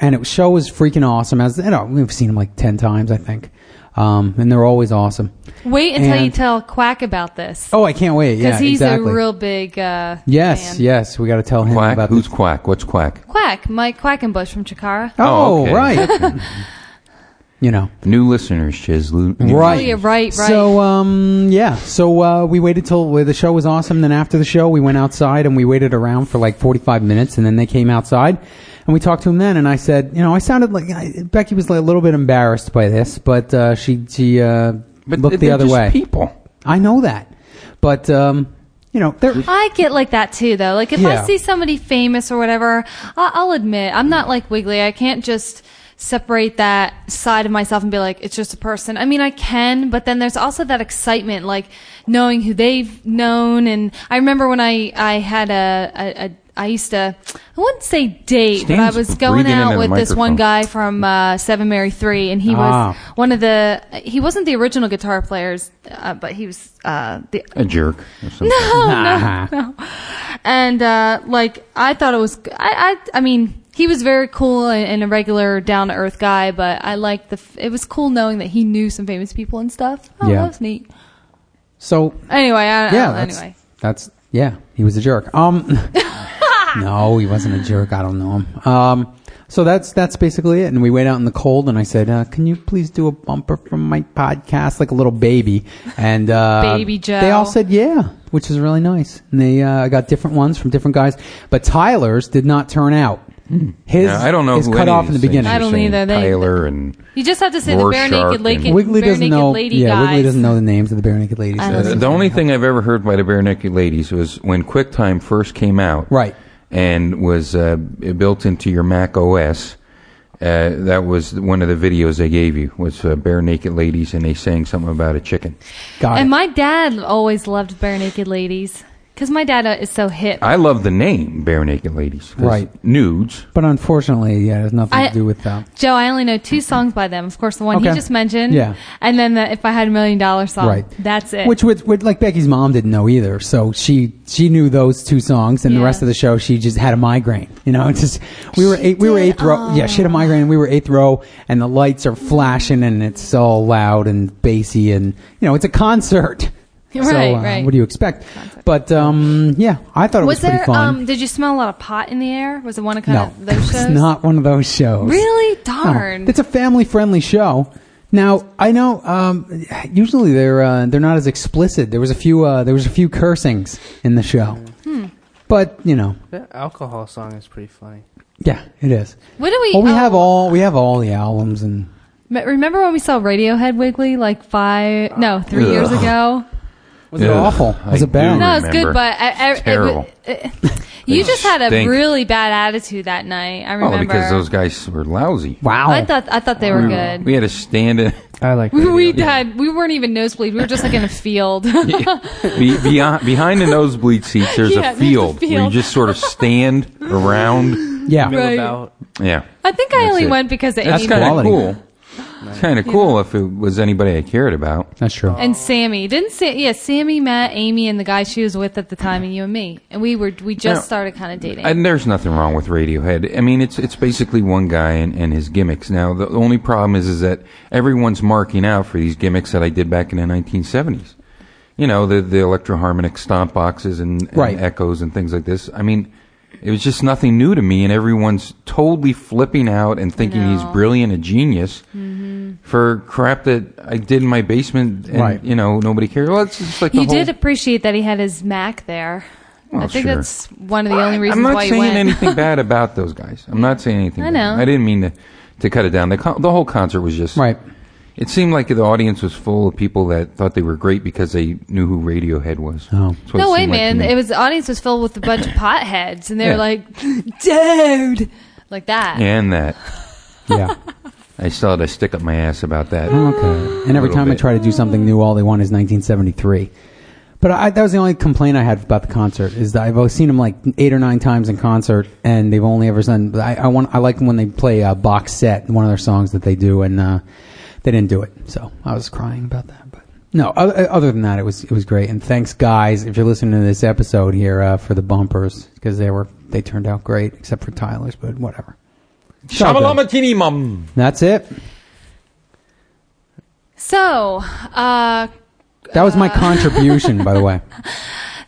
[SPEAKER 8] and it show was freaking awesome. As you know, we've seen them like ten times, I think, um, and they're always awesome.
[SPEAKER 6] Wait until you
[SPEAKER 8] And-
[SPEAKER 6] tell Quack about this.
[SPEAKER 8] Oh, I can't wait. Yeah,
[SPEAKER 6] Because he's
[SPEAKER 8] exactly.
[SPEAKER 6] a real big uh,
[SPEAKER 8] yes,
[SPEAKER 6] fan.
[SPEAKER 8] yes. We got to tell him
[SPEAKER 7] Quack?
[SPEAKER 8] about
[SPEAKER 7] Who's
[SPEAKER 8] this.
[SPEAKER 7] quack? What's quack?
[SPEAKER 6] Quack, Mike Quackenbush from Chikara.
[SPEAKER 8] Oh,
[SPEAKER 7] okay. [LAUGHS]
[SPEAKER 8] right. you know.
[SPEAKER 7] New listeners, Chiz. Lu- new
[SPEAKER 8] Right.
[SPEAKER 6] Oh, yeah, right, right.
[SPEAKER 8] So um yeah, so uh, we waited till well, the show was awesome. Then after the show, we went outside and we waited around for like forty five minutes, and then they came outside and we talked to him. Then and I said, you know, I sounded like I, Becky was like, a little bit embarrassed by this, but uh, she she uh,
[SPEAKER 7] But
[SPEAKER 8] looked the
[SPEAKER 7] they're
[SPEAKER 8] other
[SPEAKER 7] just
[SPEAKER 8] way.
[SPEAKER 7] People.
[SPEAKER 8] I know that, but um, you know, they're
[SPEAKER 6] I get like that too, though. Like if
[SPEAKER 8] Yeah.
[SPEAKER 6] I see somebody famous or whatever, I'll, I'll admit I'm not like Wiggly. I can't just separate that side of myself and be like, it's just a person. I mean, I can, but then there's also that excitement, like knowing who they've known. And I remember when I I had a a, a I used to, I wouldn't say date, but I
[SPEAKER 7] Stan's
[SPEAKER 6] was going
[SPEAKER 7] breathing into
[SPEAKER 6] out
[SPEAKER 7] the
[SPEAKER 6] with this
[SPEAKER 7] microphone.
[SPEAKER 6] one guy from uh, Seven Mary Three, and he was
[SPEAKER 8] Ah.
[SPEAKER 6] one of the. He wasn't the original guitar players, uh, but he was uh, the [LAUGHS]
[SPEAKER 7] A jerk. Or something.
[SPEAKER 6] and uh, like I thought it was. I I, I mean, he was very cool and, and a regular down to earth guy, but I liked the. f- It was cool knowing that he knew some famous people and stuff. Oh,
[SPEAKER 8] Yeah.
[SPEAKER 6] that was neat.
[SPEAKER 8] so
[SPEAKER 6] Anyway, I,
[SPEAKER 8] yeah.
[SPEAKER 6] yeah. I,
[SPEAKER 8] that's,
[SPEAKER 6] Uh, oh, anyway,
[SPEAKER 8] that's yeah. He was a jerk. Um, [LAUGHS] no, he wasn't a jerk. I don't know him. Um, so that's that's basically it. And we went out in the cold, and I said, uh, "Can you please do a bumper from my podcast, like a little baby?" And uh,
[SPEAKER 6] Baby Joe.
[SPEAKER 8] They all said, "Yeah," which is really nice. And they uh, got different ones from different guys, but Tyler's did not turn out. His
[SPEAKER 7] Yeah, I don't know
[SPEAKER 8] is
[SPEAKER 7] who
[SPEAKER 8] cut
[SPEAKER 7] any
[SPEAKER 8] off
[SPEAKER 7] of
[SPEAKER 8] in the
[SPEAKER 7] these things
[SPEAKER 8] beginning.
[SPEAKER 7] are
[SPEAKER 6] I don't
[SPEAKER 7] saying.
[SPEAKER 6] either. They-
[SPEAKER 7] Tyler and
[SPEAKER 6] you just have to say the bare
[SPEAKER 7] Rorschach
[SPEAKER 6] naked,
[SPEAKER 7] and-
[SPEAKER 6] lady,
[SPEAKER 8] Wiggly
[SPEAKER 6] bare
[SPEAKER 8] doesn't
[SPEAKER 6] naked
[SPEAKER 8] know.
[SPEAKER 6] lady
[SPEAKER 8] yeah,
[SPEAKER 6] guys.
[SPEAKER 8] Wiggly doesn't know the names of the bare naked ladies.
[SPEAKER 6] I
[SPEAKER 7] Uh,
[SPEAKER 6] don't
[SPEAKER 7] the only thing I've ever heard by the Bare Naked Ladies was when QuickTime first came out,
[SPEAKER 8] Right.
[SPEAKER 7] and was uh, built into your Mac OS. Uh, that was one of the videos they gave you was uh, Bare Naked Ladies, and they sang something about a chicken.
[SPEAKER 8] Got
[SPEAKER 6] And
[SPEAKER 8] it.
[SPEAKER 6] my dad always loved bare naked ladies because my dad uh, is so hip.
[SPEAKER 7] I love the name Bare Naked Ladies, 'cause
[SPEAKER 8] Right.
[SPEAKER 7] Nudes.
[SPEAKER 8] But unfortunately, yeah, it has nothing
[SPEAKER 6] I-
[SPEAKER 8] to do with that.
[SPEAKER 6] Joe, I only know two songs by them. Of course, the one
[SPEAKER 8] Okay.
[SPEAKER 6] he just mentioned,
[SPEAKER 8] Yeah.
[SPEAKER 6] and then the "If I Had a Million Dollar" song.
[SPEAKER 8] right.
[SPEAKER 6] That's it.
[SPEAKER 8] Which, which, which, like Becky's mom didn't know either. So she she knew those two songs, and the
[SPEAKER 6] Yeah.
[SPEAKER 8] rest of the show she just had a migraine. You know, [LAUGHS] it's just we were eight, we were
[SPEAKER 6] did?
[SPEAKER 8] eighth row. Yeah, she had a migraine. and We were eighth row, and the lights are flashing, and it's all loud and bassy, and you know, it's a concert.
[SPEAKER 6] [LAUGHS]
[SPEAKER 8] so,
[SPEAKER 6] Right,
[SPEAKER 8] uh,
[SPEAKER 6] right.
[SPEAKER 8] What do you expect? But um, yeah, I thought it was,
[SPEAKER 6] was
[SPEAKER 8] pretty
[SPEAKER 6] there?
[SPEAKER 8] fun.
[SPEAKER 6] Um, did you smell a lot of pot in the air? Was it one of kind
[SPEAKER 8] no,
[SPEAKER 6] of
[SPEAKER 8] [LAUGHS] it
[SPEAKER 6] those
[SPEAKER 8] was
[SPEAKER 6] shows?
[SPEAKER 8] not one of those shows.
[SPEAKER 6] Really?
[SPEAKER 8] No,
[SPEAKER 6] Darn.
[SPEAKER 8] it's a family-friendly show. Now I know. Um, usually they're uh, they're not as explicit. There was a few uh, there was a few cursings in the show,
[SPEAKER 6] Hmm.
[SPEAKER 8] but you know,
[SPEAKER 9] That alcohol song is pretty funny.
[SPEAKER 8] yeah, it is.
[SPEAKER 6] what do we?
[SPEAKER 8] Well, we
[SPEAKER 6] oh,
[SPEAKER 8] have all we have all the albums and
[SPEAKER 6] me- Remember when we saw Radiohead Wiggly like five? No, three
[SPEAKER 7] Ugh.
[SPEAKER 6] years ago.
[SPEAKER 8] was it
[SPEAKER 7] Ugh,
[SPEAKER 8] awful?
[SPEAKER 7] I
[SPEAKER 8] Was it bad?
[SPEAKER 7] do
[SPEAKER 6] No, it's
[SPEAKER 7] remember.
[SPEAKER 6] good, but I, I, it
[SPEAKER 7] Terrible.
[SPEAKER 6] w- [LAUGHS] it- you just had a
[SPEAKER 7] stink.
[SPEAKER 6] really bad attitude that night. I remember.
[SPEAKER 7] Oh, because those guys were lousy.
[SPEAKER 8] Wow.
[SPEAKER 6] I thought I thought they were good.
[SPEAKER 7] We had to stand in,
[SPEAKER 9] I like.
[SPEAKER 6] We, we
[SPEAKER 9] radio.
[SPEAKER 6] had we weren't even nosebleed. We were just like in a field.
[SPEAKER 7] [LAUGHS] be, beyond, behind the nosebleed seats. There's
[SPEAKER 6] [LAUGHS] Yeah,
[SPEAKER 7] a
[SPEAKER 6] there's a
[SPEAKER 7] field where you
[SPEAKER 6] field.
[SPEAKER 7] just sort of stand
[SPEAKER 6] [LAUGHS]
[SPEAKER 7] around.
[SPEAKER 8] yeah.
[SPEAKER 9] Bill
[SPEAKER 6] Right.
[SPEAKER 9] about
[SPEAKER 7] Yeah,
[SPEAKER 6] [LAUGHS] I think I
[SPEAKER 7] That's
[SPEAKER 6] only
[SPEAKER 7] it.
[SPEAKER 6] went because of
[SPEAKER 7] that's
[SPEAKER 6] Amy
[SPEAKER 7] kind of
[SPEAKER 8] Quality.
[SPEAKER 7] cool. It's kind of cool if it was anybody I cared about.
[SPEAKER 8] That's true.
[SPEAKER 6] and Sammy. Didn't Sa- yeah, Sammy, Matt, Amy, and the guy she was with at the time, and you and me, and we were we just
[SPEAKER 7] Yeah.
[SPEAKER 6] started kind of dating.
[SPEAKER 7] And there's nothing wrong with Radiohead. I mean, it's it's basically one guy and, and his gimmicks. Now, the only problem is is that everyone's marking out for these gimmicks that I did back in the 1970s. You know, the the electro harmonic stomp boxes and, and
[SPEAKER 8] Right.
[SPEAKER 7] echoes and things like this. I mean, It was just nothing new to me, and everyone's totally flipping out and thinking he's
[SPEAKER 6] know.
[SPEAKER 7] brilliant, a genius, for crap that I did in my basement, and
[SPEAKER 8] Mm-hmm. Right.
[SPEAKER 7] you know nobody cared. Well, it's just like the
[SPEAKER 6] You
[SPEAKER 7] whole-
[SPEAKER 6] did appreciate that he had his Mac there.
[SPEAKER 7] Well,
[SPEAKER 6] I think
[SPEAKER 7] sure.
[SPEAKER 6] that's one of the only reasons
[SPEAKER 7] I'm not
[SPEAKER 6] why you
[SPEAKER 7] saying
[SPEAKER 6] went.
[SPEAKER 7] anything
[SPEAKER 6] [LAUGHS]
[SPEAKER 7] bad about those guys. I'm not saying anything.
[SPEAKER 6] I
[SPEAKER 7] bad.
[SPEAKER 6] know.
[SPEAKER 7] I didn't mean to, to cut it down. The con- the whole concert was just
[SPEAKER 8] Right.
[SPEAKER 7] It seemed like the audience was full of people that thought they were great because they knew who Radiohead was.
[SPEAKER 8] Oh.
[SPEAKER 7] That's what it
[SPEAKER 6] no way,
[SPEAKER 7] seemed like to
[SPEAKER 6] man!
[SPEAKER 7] me.
[SPEAKER 6] It was the audience was filled with a bunch of potheads, and they
[SPEAKER 7] Yeah.
[SPEAKER 6] were like, "Dude," like that.
[SPEAKER 7] and that
[SPEAKER 6] [LAUGHS]
[SPEAKER 8] Yeah.
[SPEAKER 7] I still had to stick up my ass about that.
[SPEAKER 8] Oh, Okay. And every
[SPEAKER 7] Little
[SPEAKER 8] time I
[SPEAKER 7] bit.
[SPEAKER 8] try to do something new, all they want is 1973. But I, that was the only complaint I had about the concert is that I've seen them like eight or nine times in concert, and they've only ever done. I, I want I like them when they play a box set, one of their songs that they do, and uh, they didn't do it, so I was crying about that. But no, other, other than that, it was it was great. And thanks, guys, if you're listening to this episode here uh, for the bumpers because they were they turned out great, except for Tyler's, but whatever. It's all good.
[SPEAKER 7] Shabalamatini-mum.
[SPEAKER 8] That's it.
[SPEAKER 6] So, uh,
[SPEAKER 8] That was my contribution, by the way.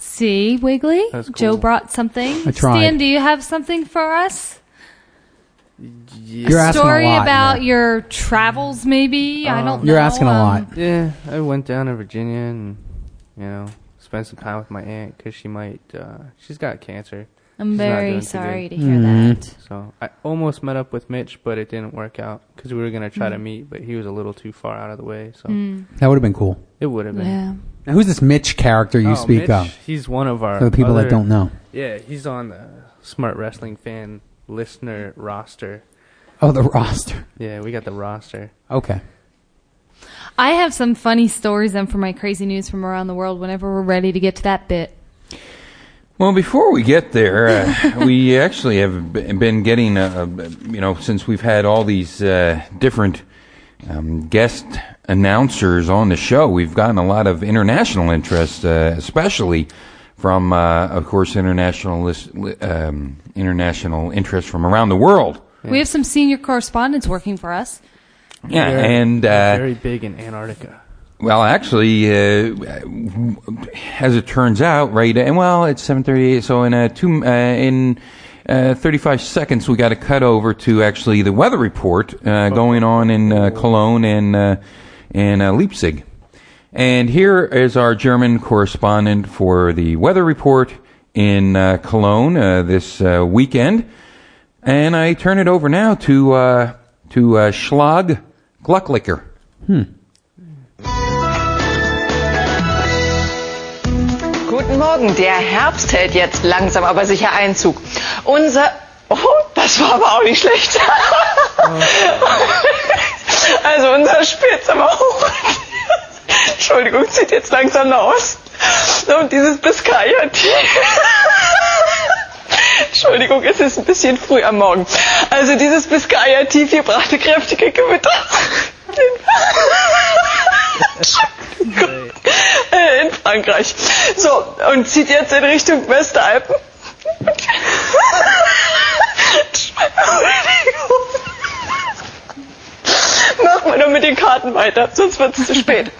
[SPEAKER 6] see, Wiggly,
[SPEAKER 9] That's cool.
[SPEAKER 6] Joe brought something.
[SPEAKER 8] I tried.
[SPEAKER 6] Stan, do you have something for us?
[SPEAKER 8] You're asking a
[SPEAKER 6] Story
[SPEAKER 8] lot,
[SPEAKER 6] about
[SPEAKER 8] man.
[SPEAKER 6] your travels, maybe? I don't.
[SPEAKER 8] You're
[SPEAKER 6] know.
[SPEAKER 8] asking a
[SPEAKER 6] Um,
[SPEAKER 8] lot.
[SPEAKER 9] Yeah, I went down to Virginia and, you know, spent some time with my aunt because she might, uh, she's got cancer.
[SPEAKER 6] I'm
[SPEAKER 9] She's not
[SPEAKER 6] very
[SPEAKER 9] doing too
[SPEAKER 6] sorry to
[SPEAKER 9] good.
[SPEAKER 6] hear that.
[SPEAKER 9] So I almost met up with Mitch, but it didn't work out because we were going to try
[SPEAKER 8] Mm.
[SPEAKER 9] to meet, but he was a little too far out of the way. So
[SPEAKER 8] That would have been cool.
[SPEAKER 9] it would have been.
[SPEAKER 6] Yeah.
[SPEAKER 8] Now, who's this Mitch character you
[SPEAKER 9] Oh,
[SPEAKER 8] speak
[SPEAKER 9] Mitch,
[SPEAKER 8] of?
[SPEAKER 9] He's one of our.
[SPEAKER 8] For the people that
[SPEAKER 9] other-
[SPEAKER 8] don't know.
[SPEAKER 9] Yeah, he's on the Smart Wrestling Fan listener roster.
[SPEAKER 8] Oh, the [LAUGHS] roster.
[SPEAKER 9] Yeah, we got the roster.
[SPEAKER 8] Okay.
[SPEAKER 6] I have some funny stories then for my crazy news from around the world whenever we're ready to get to that bit.
[SPEAKER 7] Well, before we get there, uh, [LAUGHS] we actually have b- been getting, uh, uh, you know, since we've had all these uh, different um, guest announcers on the show, we've gotten a lot of international interest, uh, especially from, uh, of course, international list, li- um, international interest from around the world.
[SPEAKER 6] We have some senior correspondents working for us.
[SPEAKER 7] Yeah,
[SPEAKER 9] They're-
[SPEAKER 7] and
[SPEAKER 9] they're
[SPEAKER 7] uh,
[SPEAKER 9] very big in Antarctica.
[SPEAKER 7] Well, actually, uh, as it turns out, right? And well, it's seven thirty-eight. So in uh two uh, in uh, thirty-five seconds, we got to cut over to actually the weather report uh, going on in uh, Cologne and uh, and uh, Leipzig. And here is our German correspondent for the weather report in uh, Cologne uh, this uh, weekend. And I turn it over now to uh, to uh, Schlag Glucklicker.
[SPEAKER 3] Guten Morgen. Der Herbst hält jetzt langsam aber sicher Einzug. Unser. Oh, das war aber auch nicht schlecht. Also unser Spätsommer hoch. Entschuldigung, zieht jetzt langsam nach Osten. Und dieses Biscayati. Entschuldigung, es ist ein bisschen früh am Morgen. Also dieses Biscayati, hier brachte kräftige Gewitter. Äh, in Frankreich. So, und zieht jetzt in Richtung Westalpen. Entschuldigung. Mach mal nur mit den Karten weiter, sonst wird es zu spät.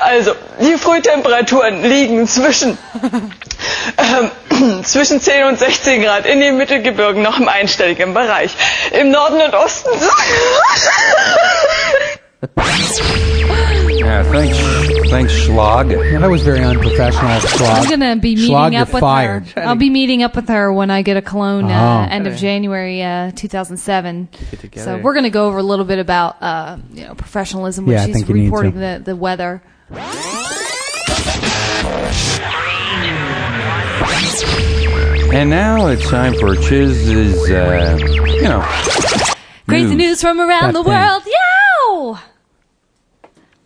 [SPEAKER 3] Also, die Frühtemperaturen liegen zwischen, ähm, [CLEARS THROAT] zwischen 10 und 16 Grad in den Mittelgebirgen noch im einstelligen Bereich. Im Norden und Osten.
[SPEAKER 7] Yeah, thanks, thanks, Schlag.
[SPEAKER 8] Yeah, that was very unprofessional. Schlag.
[SPEAKER 6] I'm gonna be meeting
[SPEAKER 8] Schlag,
[SPEAKER 6] up
[SPEAKER 8] Uh, you're
[SPEAKER 6] with
[SPEAKER 8] fired.
[SPEAKER 6] her. I'll be meeting up with her when I get a Cologne uh,
[SPEAKER 8] Oh.
[SPEAKER 6] end of January uh, 2007. So
[SPEAKER 9] together.
[SPEAKER 6] we're gonna go over a little bit about uh, you know professionalism when
[SPEAKER 8] Yeah, I
[SPEAKER 6] she's
[SPEAKER 8] think you need
[SPEAKER 6] reporting
[SPEAKER 8] to.
[SPEAKER 6] the the weather.
[SPEAKER 7] And now it's time for Chiz's, uh, you know,
[SPEAKER 6] Crazy news from around
[SPEAKER 8] That
[SPEAKER 6] the
[SPEAKER 8] thing.
[SPEAKER 6] world. Yo!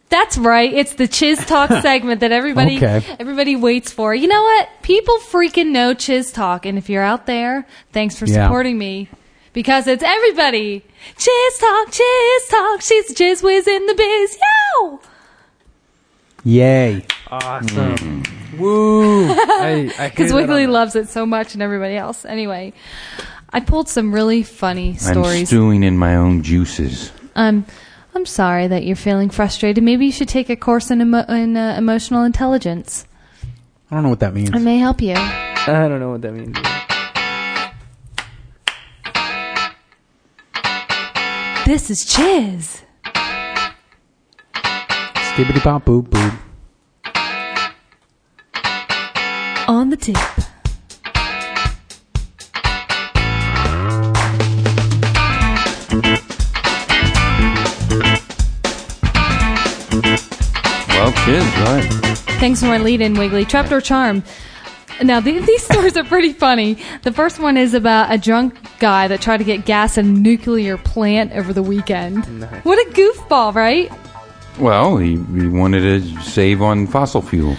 [SPEAKER 6] That's right. It's the Chiz
[SPEAKER 8] [LAUGHS]
[SPEAKER 6] Talk segment that everybody
[SPEAKER 8] Okay.
[SPEAKER 6] everybody waits for. You know what? People freaking know Chiz Talk, and if you're out there, thanks for
[SPEAKER 8] Yeah.
[SPEAKER 6] supporting me. Because it's everybody. Chiz Talk, Chiz Talk, she's the Chiz Whiz in the biz. Yo!
[SPEAKER 8] Yay.
[SPEAKER 9] Awesome.
[SPEAKER 7] Mm.
[SPEAKER 6] [LAUGHS]
[SPEAKER 9] Woo! Because
[SPEAKER 6] Because Wiggly loves it so much and everybody else. Anyway, I pulled some really funny
[SPEAKER 7] I'm
[SPEAKER 6] stories.
[SPEAKER 7] stewing in my own juices.
[SPEAKER 6] I'm Um, I'm sorry that you're feeling frustrated. Maybe you should take a course in, emo- in uh, emotional intelligence.
[SPEAKER 8] I don't know what that means.
[SPEAKER 6] I may help you.
[SPEAKER 9] I don't know what that means.
[SPEAKER 6] This is Chiz.
[SPEAKER 8] Skibbity bop boop boop.
[SPEAKER 6] on the tip.
[SPEAKER 7] Well, cheers, right?
[SPEAKER 6] Thanks for my lead in, Wiggly. Trapdoor Charm. Now, the, these [LAUGHS] stories are pretty funny. The first one is about a drunk guy that tried to get gas at a nuclear plant over the weekend.
[SPEAKER 9] Nice.
[SPEAKER 6] What a goofball, right?
[SPEAKER 7] Well, he, he wanted to save on fossil fuels.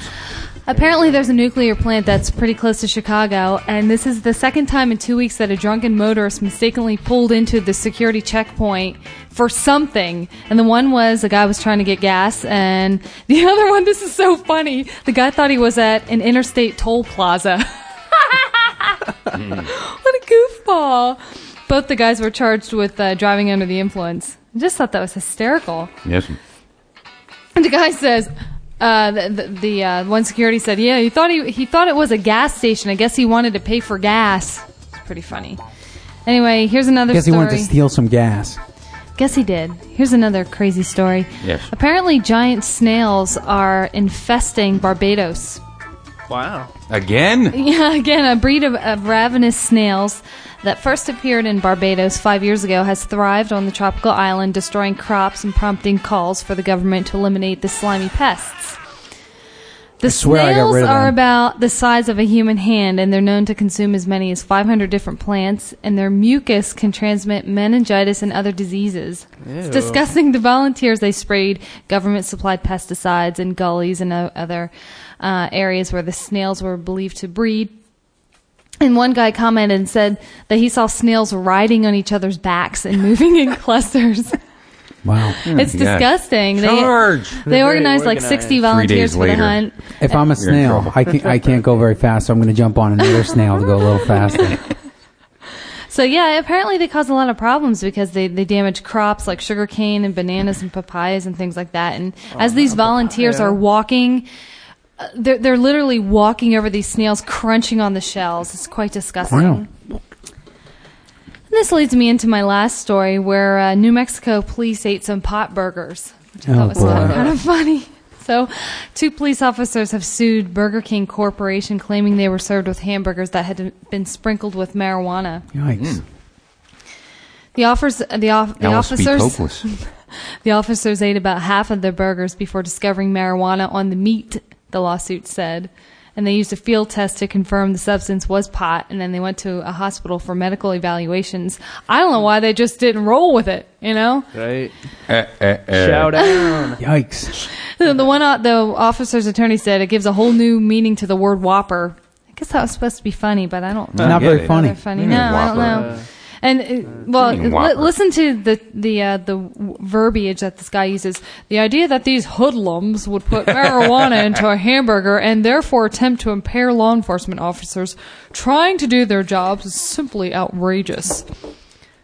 [SPEAKER 6] Apparently, there's a nuclear plant that's pretty close to Chicago, and this is the second time in two weeks that a drunken motorist mistakenly pulled into the security checkpoint for something. And the one was the guy was trying to get gas, and [LAUGHS] the other one, this is so funny, the guy thought he was at an interstate toll plaza. [LAUGHS] what a goofball! Both the guys were charged with uh, driving under the influence. I just thought that was hysterical.
[SPEAKER 7] Yes.
[SPEAKER 6] And [LAUGHS] the guy says, uh, the, the, the uh, one security said, "Yeah, he thought he he thought it was a gas station. I guess he wanted to pay for gas." It's pretty funny. Anyway, here's another
[SPEAKER 8] I guess he
[SPEAKER 6] story.
[SPEAKER 8] wanted to steal some gas.
[SPEAKER 6] Guess he did. Here's another crazy story.
[SPEAKER 7] Yes.
[SPEAKER 6] Apparently, giant snails are infesting Barbados. [LAUGHS]
[SPEAKER 9] Wow.
[SPEAKER 7] Again?
[SPEAKER 6] Yeah, again, a breed of, of ravenous snails that first appeared in Barbados five years ago has thrived on the tropical island, destroying crops and prompting calls for the government to eliminate the slimy pests. The
[SPEAKER 8] swear I got
[SPEAKER 6] snails
[SPEAKER 8] rid of
[SPEAKER 6] are
[SPEAKER 8] them.
[SPEAKER 6] about the size of a human hand, and they're known to consume as many as 500 different plants, and their mucus can transmit meningitis and other diseases. It's
[SPEAKER 9] Ew.
[SPEAKER 6] disgusting to volunteers they sprayed government supplied pesticides in gullies and o- other uh, areas where the snails were believed to breed. And one guy commented and said that he saw snails riding on each other's backs and moving
[SPEAKER 8] [LAUGHS]
[SPEAKER 6] in clusters.
[SPEAKER 8] Oh, Wow.
[SPEAKER 6] It's
[SPEAKER 7] Yeah.
[SPEAKER 6] disgusting.
[SPEAKER 7] Charge!
[SPEAKER 6] They, they
[SPEAKER 9] very
[SPEAKER 6] organized like 60
[SPEAKER 9] organized.
[SPEAKER 6] volunteers for the
[SPEAKER 7] later.
[SPEAKER 6] hunt.
[SPEAKER 8] If I'm a
[SPEAKER 7] You're in
[SPEAKER 8] snail,
[SPEAKER 7] trouble.
[SPEAKER 8] I can't, I can't go very fast, so I'm going to jump on another snail to go a
[SPEAKER 7] [LAUGHS]
[SPEAKER 8] little faster.
[SPEAKER 6] So yeah, apparently they cause a lot of problems because they, they damage crops like sugarcane and bananas and papayas and things like that. And
[SPEAKER 8] Oh,
[SPEAKER 6] as these volunteers
[SPEAKER 9] papaya.
[SPEAKER 6] are walking, uh, they're, they're literally walking over these snails, crunching on the shells. It's quite disgusting.
[SPEAKER 8] Wow.
[SPEAKER 6] And this leads me into my last story where uh, New Mexico police ate some pot burgers, which I
[SPEAKER 8] Oh,
[SPEAKER 6] thought was
[SPEAKER 8] boy.
[SPEAKER 6] kind of funny. So, two police officers have sued Burger King Corporation, claiming they were served with hamburgers that had been sprinkled with marijuana.
[SPEAKER 7] Hmm.
[SPEAKER 8] Yikes.
[SPEAKER 6] The offers, the, off, the
[SPEAKER 7] Alice B.
[SPEAKER 6] officers,
[SPEAKER 9] [LAUGHS]
[SPEAKER 7] Coakless.
[SPEAKER 6] the officers ate about half of their burgers before discovering marijuana on the meat. The lawsuit said, and they used a field test to confirm the substance was pot, and then they went to a hospital for medical evaluations. I don't know why they just didn't roll with it. You know,
[SPEAKER 9] Right.
[SPEAKER 7] Eh, eh, eh.
[SPEAKER 9] Shout out.
[SPEAKER 8] Yikes.
[SPEAKER 6] the, the one o- the officer's attorney said it gives a whole new meaning to the word whopper. I guess that was supposed to be funny, but I don't.
[SPEAKER 8] Not
[SPEAKER 7] Yeah,
[SPEAKER 8] very
[SPEAKER 7] they-
[SPEAKER 8] funny.
[SPEAKER 6] They're funny.
[SPEAKER 7] Mm,
[SPEAKER 6] No, I don't
[SPEAKER 7] Whopper.
[SPEAKER 6] know. And uh, well,
[SPEAKER 7] mean
[SPEAKER 6] li-
[SPEAKER 7] Whopper?
[SPEAKER 6] listen to the the uh, the w- verbiage that this guy uses. The idea that these hoodlums would
[SPEAKER 7] [LAUGHS]
[SPEAKER 6] put marijuana into a hamburger and therefore attempt to impair law enforcement officers trying to do their jobs is simply outrageous.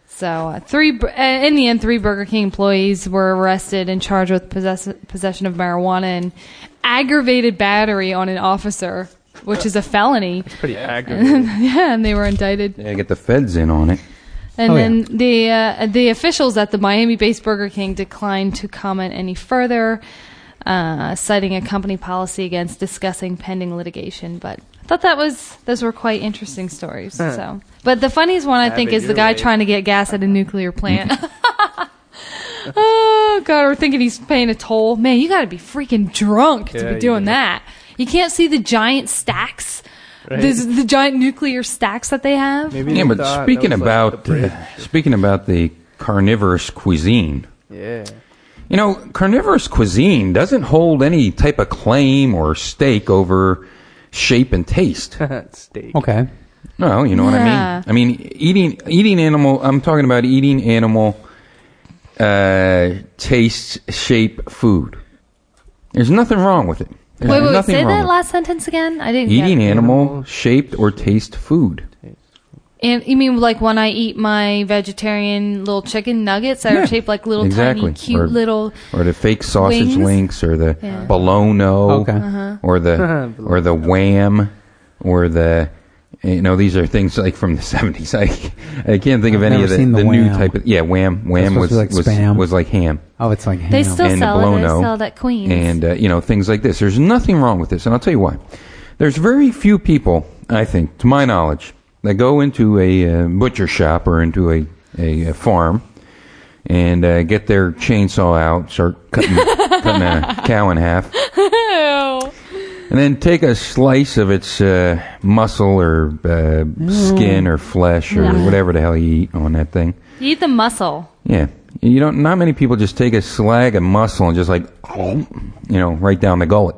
[SPEAKER 6] So uh, three bur- uh, in the end, three Burger King employees were arrested and charged with possess- possession of marijuana and aggravated battery on an officer, which is a felony. [LAUGHS]
[SPEAKER 9] Pretty aggravating.
[SPEAKER 6] yeah, and they were indicted.
[SPEAKER 7] Yeah, get the feds in on it.
[SPEAKER 6] And
[SPEAKER 8] Oh, yeah.
[SPEAKER 6] then the uh, the officials at the Miami-based Burger King declined to comment any further, uh, citing a company policy against discussing pending litigation. But I thought that was those were quite interesting stories. So, but the funniest one I
[SPEAKER 9] Have
[SPEAKER 6] think
[SPEAKER 9] it Mm-hmm.
[SPEAKER 6] is the
[SPEAKER 9] your
[SPEAKER 6] guy
[SPEAKER 9] way.
[SPEAKER 6] trying to get gas at a nuclear plant. [LAUGHS] oh God, we're thinking he's paying a toll. Man, you got to be freaking drunk
[SPEAKER 9] Yeah,
[SPEAKER 6] to be
[SPEAKER 9] you
[SPEAKER 6] doing
[SPEAKER 9] do.
[SPEAKER 6] that. You can't see the giant stacks.
[SPEAKER 9] Right.
[SPEAKER 6] This- the giant nuclear stacks that they have.
[SPEAKER 9] Maybe
[SPEAKER 7] Yeah,
[SPEAKER 9] they
[SPEAKER 7] but
[SPEAKER 9] thought Oh that
[SPEAKER 7] speaking
[SPEAKER 9] was, like,
[SPEAKER 7] about
[SPEAKER 9] the bridge.
[SPEAKER 7] uh, speaking about the carnivorous cuisine,
[SPEAKER 9] yeah. [LAUGHS]
[SPEAKER 7] you know, carnivorous cuisine doesn't hold any type of claim or stake over shape and taste.
[SPEAKER 9] That's steak.
[SPEAKER 8] Okay.
[SPEAKER 7] No, you know
[SPEAKER 6] Yeah.
[SPEAKER 7] what I mean. I mean eating eating animal. I'm talking about eating animal uh, taste shape food. There's nothing wrong with it. There's
[SPEAKER 6] Wait, wait, wait,
[SPEAKER 7] nothing
[SPEAKER 6] say
[SPEAKER 7] wrong
[SPEAKER 6] that
[SPEAKER 7] with
[SPEAKER 6] last sentence again. I
[SPEAKER 7] it.
[SPEAKER 6] didn't
[SPEAKER 7] Eating
[SPEAKER 6] get it.
[SPEAKER 7] animal shaped or taste food.
[SPEAKER 6] And you mean like when I eat my vegetarian little chicken nuggets that
[SPEAKER 7] Yeah,
[SPEAKER 6] are shaped like little
[SPEAKER 7] exactly.
[SPEAKER 6] tiny cute
[SPEAKER 7] Or-
[SPEAKER 6] little
[SPEAKER 7] or the fake sausage
[SPEAKER 6] wings.
[SPEAKER 7] links, or the
[SPEAKER 6] Yeah. Uh-huh.
[SPEAKER 7] bologna,
[SPEAKER 8] [LAUGHS] Okay.
[SPEAKER 7] or the or the wham, or the You know, these are things like from the [LAUGHS] seventies. I I can't think of
[SPEAKER 8] I've
[SPEAKER 7] any
[SPEAKER 8] never
[SPEAKER 7] of the,
[SPEAKER 8] seen the
[SPEAKER 7] the new
[SPEAKER 8] Wham.
[SPEAKER 7] type of yeah. Wham Wham was
[SPEAKER 8] supposed to be like
[SPEAKER 7] was,
[SPEAKER 8] Spam.
[SPEAKER 7] was like ham.
[SPEAKER 8] Oh, it's like
[SPEAKER 6] They
[SPEAKER 8] ham.
[SPEAKER 6] still
[SPEAKER 7] and
[SPEAKER 6] sell it. They
[SPEAKER 7] Blono
[SPEAKER 6] sell it at Queens.
[SPEAKER 7] and uh, you know things like this. There's nothing wrong with this, and I'll tell you why. There's very few people, I think, to my knowledge, that go into a uh, butcher shop or into a a, a farm and uh, get their chainsaw out,
[SPEAKER 6] [LAUGHS]
[SPEAKER 7] start cutting cutting a cow in half,
[SPEAKER 6] Ew.
[SPEAKER 7] and then take a slice of its uh, muscle or uh,
[SPEAKER 6] Mm.
[SPEAKER 7] skin or flesh or whatever the hell you eat on that thing.
[SPEAKER 6] You eat the muscle.
[SPEAKER 7] Yeah. You don't. Not many people just take a slag of muscle and just like, you know, right down the gullet.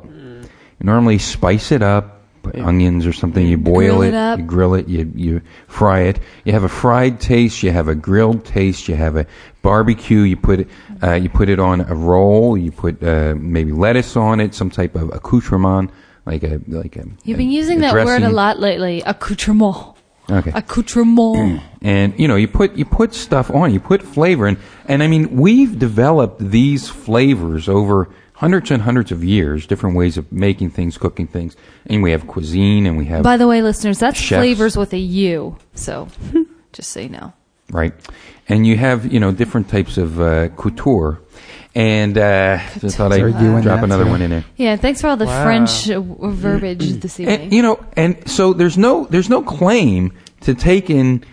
[SPEAKER 7] You normally spice it up, put onions or something. You boil
[SPEAKER 6] Grill
[SPEAKER 7] it,
[SPEAKER 6] it up.
[SPEAKER 7] you grill it, you you fry it. You have a fried taste. You have a grilled taste. You have a barbecue. You put it. Uh, you put it on a roll. You put uh, maybe lettuce on it. Some type of accoutrement, like a like a.
[SPEAKER 6] You've been
[SPEAKER 7] a-
[SPEAKER 6] using
[SPEAKER 7] a
[SPEAKER 6] that word a
[SPEAKER 7] dressing.
[SPEAKER 6] lot lately. Accoutrement.
[SPEAKER 7] Okay. Mm.
[SPEAKER 6] Accoutrement.
[SPEAKER 7] and you know you put you put stuff on you put flavor in and i mean we've developed these flavors over hundreds and hundreds of years different ways of making things cooking things and we have cuisine and we have
[SPEAKER 6] By the way, listeners, that's
[SPEAKER 7] Chefs.
[SPEAKER 6] flavors with a U.
[SPEAKER 7] [LAUGHS]
[SPEAKER 6] So just so you know.
[SPEAKER 7] right and you have you know different types of uh, couture and uh, just thought
[SPEAKER 8] Are
[SPEAKER 7] i'd
[SPEAKER 8] you in
[SPEAKER 7] drop
[SPEAKER 8] that
[SPEAKER 7] another
[SPEAKER 8] too?
[SPEAKER 7] one in there
[SPEAKER 6] Yeah, thanks for all the French uh, w- verbiage this
[SPEAKER 7] and,
[SPEAKER 6] evening.
[SPEAKER 7] you know and so there's no there's no claim to taking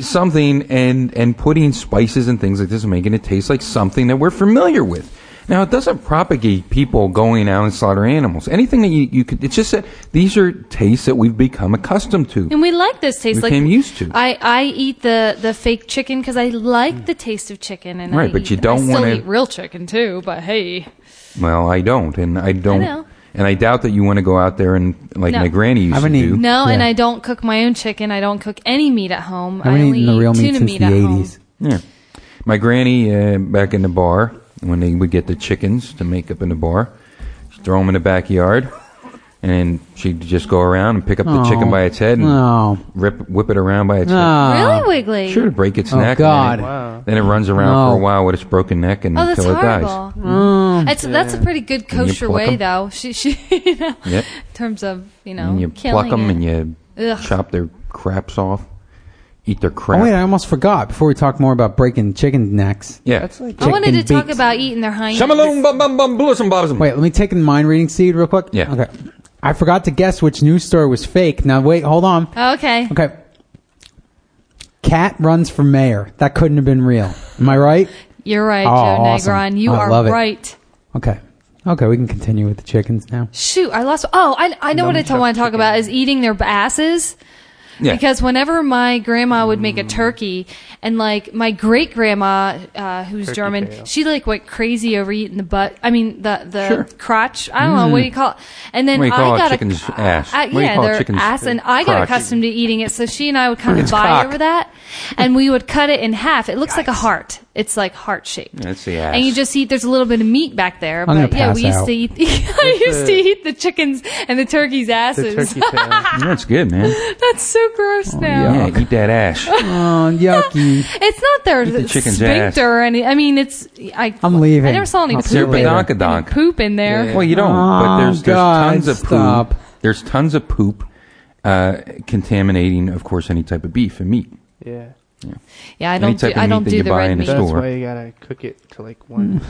[SPEAKER 7] something and and putting spices and things like this and making it taste like something that we're familiar with now it doesn't propagate people going out and slaughtering animals anything that you, you could it's just that these are tastes that we've become accustomed to
[SPEAKER 6] And we like this taste.
[SPEAKER 7] Became
[SPEAKER 6] like
[SPEAKER 7] used to.
[SPEAKER 6] I, I eat the, the fake chicken because I like the taste of chicken. And I
[SPEAKER 7] Right, but you
[SPEAKER 6] eat-
[SPEAKER 7] don't
[SPEAKER 6] I still
[SPEAKER 7] wanna-
[SPEAKER 6] eat real chicken too. But hey,
[SPEAKER 7] well i don't and i don't
[SPEAKER 6] know.
[SPEAKER 7] and i doubt that you want to go out there and like
[SPEAKER 6] No.
[SPEAKER 7] my granny used
[SPEAKER 8] I
[SPEAKER 7] to
[SPEAKER 8] haven't
[SPEAKER 7] do
[SPEAKER 8] eaten-
[SPEAKER 6] no, and
[SPEAKER 8] Yeah.
[SPEAKER 6] I don't cook my own chicken. I don't cook any meat at home.
[SPEAKER 8] I've
[SPEAKER 6] I
[SPEAKER 8] been
[SPEAKER 6] only
[SPEAKER 8] eating the real
[SPEAKER 6] eat
[SPEAKER 8] meat
[SPEAKER 6] tuna
[SPEAKER 8] since
[SPEAKER 6] meat
[SPEAKER 8] the
[SPEAKER 6] at home.
[SPEAKER 8] eighties.
[SPEAKER 7] Yeah. My granny uh, back in the bar, when they would get the chickens to make up in the bar, she'd throw them in the backyard, and then she'd just go around and pick up the
[SPEAKER 8] Oh.
[SPEAKER 7] chicken by its head and
[SPEAKER 8] Oh.
[SPEAKER 7] rip, whip it around by its
[SPEAKER 8] Ah.
[SPEAKER 6] Really, Wiggly?
[SPEAKER 7] head. Ah, Sure, to break its
[SPEAKER 8] Oh,
[SPEAKER 7] neck. and Then
[SPEAKER 8] God.
[SPEAKER 7] it,
[SPEAKER 9] Wow.
[SPEAKER 7] then it runs around
[SPEAKER 8] No.
[SPEAKER 7] for a while with its broken neck and
[SPEAKER 6] Oh, that's
[SPEAKER 7] until it
[SPEAKER 6] horrible.
[SPEAKER 7] dies.
[SPEAKER 8] Mm.
[SPEAKER 6] It's, that's a pretty good
[SPEAKER 7] And you
[SPEAKER 6] kosher
[SPEAKER 7] pluck
[SPEAKER 6] way,
[SPEAKER 7] 'em.
[SPEAKER 6] though. She, she, [LAUGHS] you know,
[SPEAKER 7] Yep.
[SPEAKER 6] in terms of you know,
[SPEAKER 7] And you
[SPEAKER 6] killing
[SPEAKER 7] pluck them
[SPEAKER 6] it.
[SPEAKER 7] and you
[SPEAKER 6] Ugh.
[SPEAKER 7] chop their craps off, eat their crap.
[SPEAKER 8] Oh wait, I almost forgot. Before we talk more about breaking chicken necks.
[SPEAKER 7] yeah.
[SPEAKER 9] That's like
[SPEAKER 6] I wanted to
[SPEAKER 8] chicken
[SPEAKER 6] talk
[SPEAKER 8] beaks.
[SPEAKER 6] about eating their hind.
[SPEAKER 7] Shamaloom, bum, bum, bum, bluesum, bobsum.
[SPEAKER 8] Wait, let me take in mind reading seed real quick.
[SPEAKER 7] Yeah.
[SPEAKER 8] Okay. I forgot to guess which news story was fake. Now wait, hold on.
[SPEAKER 6] Oh, okay.
[SPEAKER 8] Okay. Cat runs for mayor. That couldn't have been real. Am I right?
[SPEAKER 6] You're right,
[SPEAKER 8] Oh,
[SPEAKER 6] Joe
[SPEAKER 8] awesome.
[SPEAKER 6] Negron. You
[SPEAKER 8] I
[SPEAKER 6] are
[SPEAKER 8] love it.
[SPEAKER 6] right.
[SPEAKER 8] Okay. Okay, we can continue with the chickens now.
[SPEAKER 6] Shoot, I lost. Oh, I, I know what I want to talk about is eating their asses.
[SPEAKER 7] Yeah. Mm.
[SPEAKER 6] Because whenever my grandma would make a turkey, and like my great grandma, uh, who's German,
[SPEAKER 9] tail.
[SPEAKER 6] she like went crazy over eating the butt. I mean the the
[SPEAKER 7] Sure. Mm.
[SPEAKER 6] crotch. I don't know what do you call it. And then
[SPEAKER 7] What do you call
[SPEAKER 6] I
[SPEAKER 7] it?
[SPEAKER 6] got
[SPEAKER 7] Chicken's
[SPEAKER 6] a,
[SPEAKER 7] ass.
[SPEAKER 6] I,
[SPEAKER 7] What do you
[SPEAKER 6] yeah,
[SPEAKER 7] call it?
[SPEAKER 6] their
[SPEAKER 7] Chicken's
[SPEAKER 6] ass, and I got
[SPEAKER 7] crotch.
[SPEAKER 6] accustomed to eating it. So she and I would kind of
[SPEAKER 7] It's
[SPEAKER 6] vie
[SPEAKER 7] cock.
[SPEAKER 6] over that, and we would cut it in half. It looks like a heart. It's like heart shaped.
[SPEAKER 7] That's the ass.
[SPEAKER 6] And you just eat. There's a little bit of meat back there,
[SPEAKER 8] gonna
[SPEAKER 6] but yeah,
[SPEAKER 8] pass
[SPEAKER 6] we used
[SPEAKER 8] out.
[SPEAKER 6] to eat. [LAUGHS] I used to eat the chickens and the turkeys'
[SPEAKER 9] the
[SPEAKER 6] asses. [LAUGHS]
[SPEAKER 9] turkey tail.
[SPEAKER 7] That's good, man.
[SPEAKER 6] That's so gross now.
[SPEAKER 7] Yeah, eat that ass.
[SPEAKER 8] Oh,
[SPEAKER 6] [LAUGHS]
[SPEAKER 8] yucky.
[SPEAKER 6] It's not their
[SPEAKER 7] the chicken's ass.
[SPEAKER 6] sphincter or any. I mean, it's. I,
[SPEAKER 8] I'm leaving.
[SPEAKER 6] I never saw any
[SPEAKER 8] I'll
[SPEAKER 6] poop,
[SPEAKER 8] see you
[SPEAKER 7] They're
[SPEAKER 6] in,
[SPEAKER 8] later.
[SPEAKER 6] any
[SPEAKER 7] badonkadonk.
[SPEAKER 6] poop in there.
[SPEAKER 7] Well, you don't. but
[SPEAKER 8] Oh,
[SPEAKER 7] there's there's
[SPEAKER 8] God,
[SPEAKER 7] tons of poop.
[SPEAKER 8] stop.
[SPEAKER 7] There's tons of poop uh, contaminating, of course, any type of beef and meat.
[SPEAKER 9] Yeah.
[SPEAKER 6] Yeah, I
[SPEAKER 7] any
[SPEAKER 6] don't. Do,
[SPEAKER 7] type of
[SPEAKER 6] I
[SPEAKER 7] meat
[SPEAKER 6] don't
[SPEAKER 7] that
[SPEAKER 6] do
[SPEAKER 7] you
[SPEAKER 6] the
[SPEAKER 7] buy
[SPEAKER 6] red
[SPEAKER 7] in a
[SPEAKER 6] meat.
[SPEAKER 7] store.
[SPEAKER 9] That's
[SPEAKER 7] Sure. Mm.
[SPEAKER 9] why you gotta cook it to like one.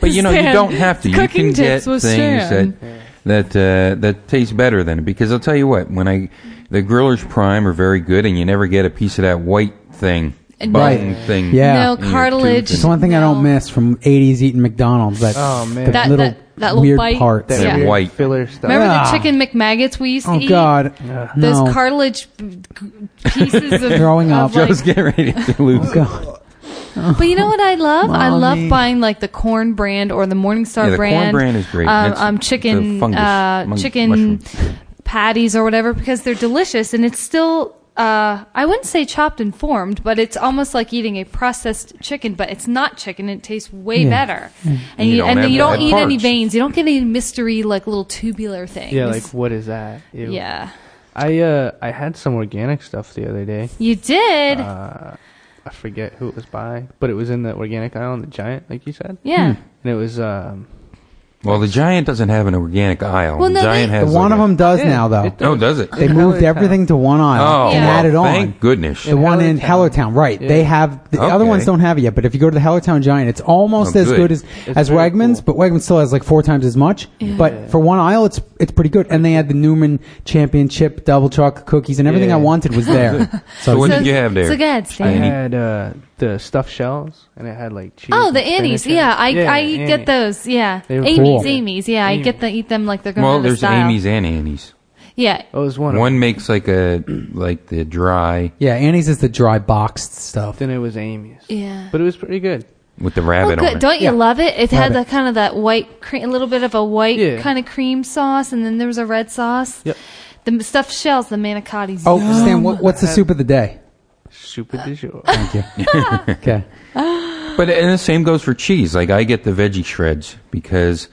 [SPEAKER 7] But you know, you
[SPEAKER 6] Stan,
[SPEAKER 7] don't have to. You
[SPEAKER 6] cooking
[SPEAKER 7] can get
[SPEAKER 6] tips with
[SPEAKER 7] things that that uh, that taste better than it. Because I'll tell you what, when I the grillers prime are very good, and you never get a piece of that white thing, bone
[SPEAKER 8] Right.
[SPEAKER 7] thing.
[SPEAKER 8] Yeah.
[SPEAKER 6] No
[SPEAKER 7] in your
[SPEAKER 6] cartilage.
[SPEAKER 7] tooth
[SPEAKER 8] [LAUGHS] It's one thing I don't
[SPEAKER 6] No.
[SPEAKER 8] miss from 80s eating McDonald's. That,
[SPEAKER 9] Oh, man.
[SPEAKER 8] the
[SPEAKER 6] That-
[SPEAKER 8] little,
[SPEAKER 6] that- that little
[SPEAKER 8] weird
[SPEAKER 6] bite.
[SPEAKER 8] parts.
[SPEAKER 9] That
[SPEAKER 7] Yeah.
[SPEAKER 9] weird
[SPEAKER 7] White. [LAUGHS]
[SPEAKER 9] filler stuff.
[SPEAKER 6] Remember
[SPEAKER 8] Ah.
[SPEAKER 6] the chicken McMaggots we used to
[SPEAKER 8] Oh,
[SPEAKER 6] eat?
[SPEAKER 8] God.
[SPEAKER 6] Those
[SPEAKER 8] no. [LAUGHS]
[SPEAKER 6] cartilage g- pieces of
[SPEAKER 8] Throwing
[SPEAKER 6] of,
[SPEAKER 8] up.
[SPEAKER 6] like-
[SPEAKER 7] Just get ready to lose.
[SPEAKER 8] God.
[SPEAKER 6] But you know what I love? I
[SPEAKER 8] Mommy.
[SPEAKER 6] love buying like the corn brand or the Morningstar
[SPEAKER 7] Yeah, the corn
[SPEAKER 6] brand.
[SPEAKER 7] brand is great.
[SPEAKER 6] Um,
[SPEAKER 7] That's
[SPEAKER 6] um,
[SPEAKER 7] the
[SPEAKER 6] chicken,
[SPEAKER 7] fungus,
[SPEAKER 6] uh,
[SPEAKER 7] mung-
[SPEAKER 6] chicken
[SPEAKER 7] mushroom.
[SPEAKER 6] patties or whatever because they're delicious and it's still. Uh, I wouldn't say chopped and formed, but it's almost like eating a processed chicken, but it's not chicken. It tastes way better, and
[SPEAKER 7] You
[SPEAKER 6] you,
[SPEAKER 7] don't
[SPEAKER 6] and
[SPEAKER 7] have
[SPEAKER 6] then you
[SPEAKER 7] the
[SPEAKER 6] don't eat any
[SPEAKER 7] parts.
[SPEAKER 6] veins. You don't get any mystery like little tubular things.
[SPEAKER 9] Yeah, like what is that? Ew.
[SPEAKER 6] yeah.
[SPEAKER 9] I uh I had some organic stuff the other day.
[SPEAKER 6] You did,
[SPEAKER 9] Uh, I forget who it was by, but it was in the organic aisle, on the giant, like you said,
[SPEAKER 6] yeah.
[SPEAKER 9] and it was um
[SPEAKER 7] Well, the Giant doesn't have an organic aisle.
[SPEAKER 6] Well, no,
[SPEAKER 7] the Giant
[SPEAKER 6] they-
[SPEAKER 7] has
[SPEAKER 8] one
[SPEAKER 7] like
[SPEAKER 8] of
[SPEAKER 7] a-
[SPEAKER 8] them does
[SPEAKER 9] Yeah,
[SPEAKER 8] now, though.
[SPEAKER 9] it does.
[SPEAKER 7] Oh, does it?
[SPEAKER 8] They
[SPEAKER 9] In
[SPEAKER 8] moved
[SPEAKER 9] Hallertown.
[SPEAKER 8] everything to one aisle
[SPEAKER 7] Oh,
[SPEAKER 8] and
[SPEAKER 7] well,
[SPEAKER 8] added on.
[SPEAKER 7] Thank goodness.
[SPEAKER 8] The one in Hallertown, right?
[SPEAKER 9] Yeah.
[SPEAKER 8] They have the other
[SPEAKER 7] Okay.
[SPEAKER 8] ones don't have it yet. But if you go to the Hallertown Giant, it's almost
[SPEAKER 7] Oh,
[SPEAKER 8] as
[SPEAKER 7] good.
[SPEAKER 8] good as
[SPEAKER 9] It's
[SPEAKER 8] as
[SPEAKER 9] very
[SPEAKER 8] Wegmans,
[SPEAKER 9] cool.
[SPEAKER 8] but Wegmans still has like four times as much. But for one aisle, it's it's pretty good. And they had the Newman Championship double chocolate cookies and everything
[SPEAKER 9] Yeah.
[SPEAKER 8] I wanted was there.
[SPEAKER 7] So what
[SPEAKER 6] So-
[SPEAKER 7] did you have there?
[SPEAKER 6] So go ahead,
[SPEAKER 9] I
[SPEAKER 6] Stan.
[SPEAKER 7] Annie.
[SPEAKER 9] had uh, the stuffed shells, and it had like cheese.
[SPEAKER 6] Oh,
[SPEAKER 9] and
[SPEAKER 6] the Annie's.
[SPEAKER 9] spinach in it.
[SPEAKER 6] Yeah, I
[SPEAKER 9] Yeah,
[SPEAKER 6] I
[SPEAKER 9] Annie.
[SPEAKER 6] get those. Yeah,
[SPEAKER 9] They were
[SPEAKER 6] Amy's,
[SPEAKER 8] cool.
[SPEAKER 6] Amy's. Yeah, I
[SPEAKER 9] Amy's.
[SPEAKER 6] get them. Eat them like they're going
[SPEAKER 7] well, there's
[SPEAKER 6] style.
[SPEAKER 7] Amy's and Annie's.
[SPEAKER 6] Yeah,
[SPEAKER 9] Oh, it was one. One.
[SPEAKER 7] One makes like a like the dry
[SPEAKER 8] yeah, Annie's is the dry boxed stuff.
[SPEAKER 9] Then it was Amy's.
[SPEAKER 6] yeah.
[SPEAKER 9] But it was pretty good.
[SPEAKER 7] with the
[SPEAKER 6] Oh,
[SPEAKER 7] rabbit
[SPEAKER 6] good.
[SPEAKER 7] on it.
[SPEAKER 6] Don't you
[SPEAKER 8] Yeah.
[SPEAKER 6] love it? It had
[SPEAKER 8] Rabbit.
[SPEAKER 6] that kind of that white, cre- a little bit of a white
[SPEAKER 9] Yeah.
[SPEAKER 6] kind of cream sauce, and then there was a red sauce.
[SPEAKER 9] Yep.
[SPEAKER 6] The m- stuffed shells, the manicotti.
[SPEAKER 8] Oh, Stan, what, what's the soup of the day?
[SPEAKER 9] Super de jour.
[SPEAKER 6] Uh,
[SPEAKER 9] [LAUGHS]
[SPEAKER 8] Okay,
[SPEAKER 7] But and the same goes for cheese. Like I get the veggie shreds because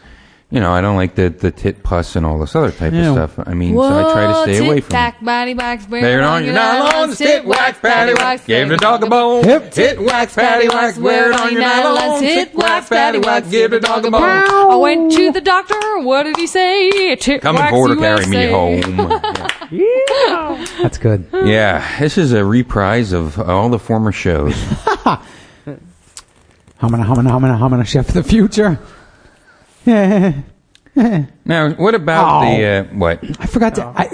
[SPEAKER 7] you know I don't like the the tit pus and all this other type
[SPEAKER 8] Yeah.
[SPEAKER 7] of stuff. I mean, so I try to stay away from it.
[SPEAKER 6] body wax,
[SPEAKER 7] They it on your nylons, tit wax, patty wax. Gave the dog a bone.
[SPEAKER 8] Hip,
[SPEAKER 7] tit wax, patty wax. Wear it on your nylons, tit wax, patty wax. Give the dog a bone.
[SPEAKER 6] I went to the doctor. What did he say? Tit
[SPEAKER 7] Come and
[SPEAKER 6] wax
[SPEAKER 7] border
[SPEAKER 6] USA.
[SPEAKER 7] carry me home. [LAUGHS]
[SPEAKER 8] that's good.
[SPEAKER 7] Yeah. yeah, this is a reprise of all the former shows.
[SPEAKER 8] Humana, humana, humana, humana, chef of the future. [LAUGHS] Yeah.
[SPEAKER 7] Now, what about
[SPEAKER 8] Oh.
[SPEAKER 7] the uh, what?
[SPEAKER 8] I forgot to. I,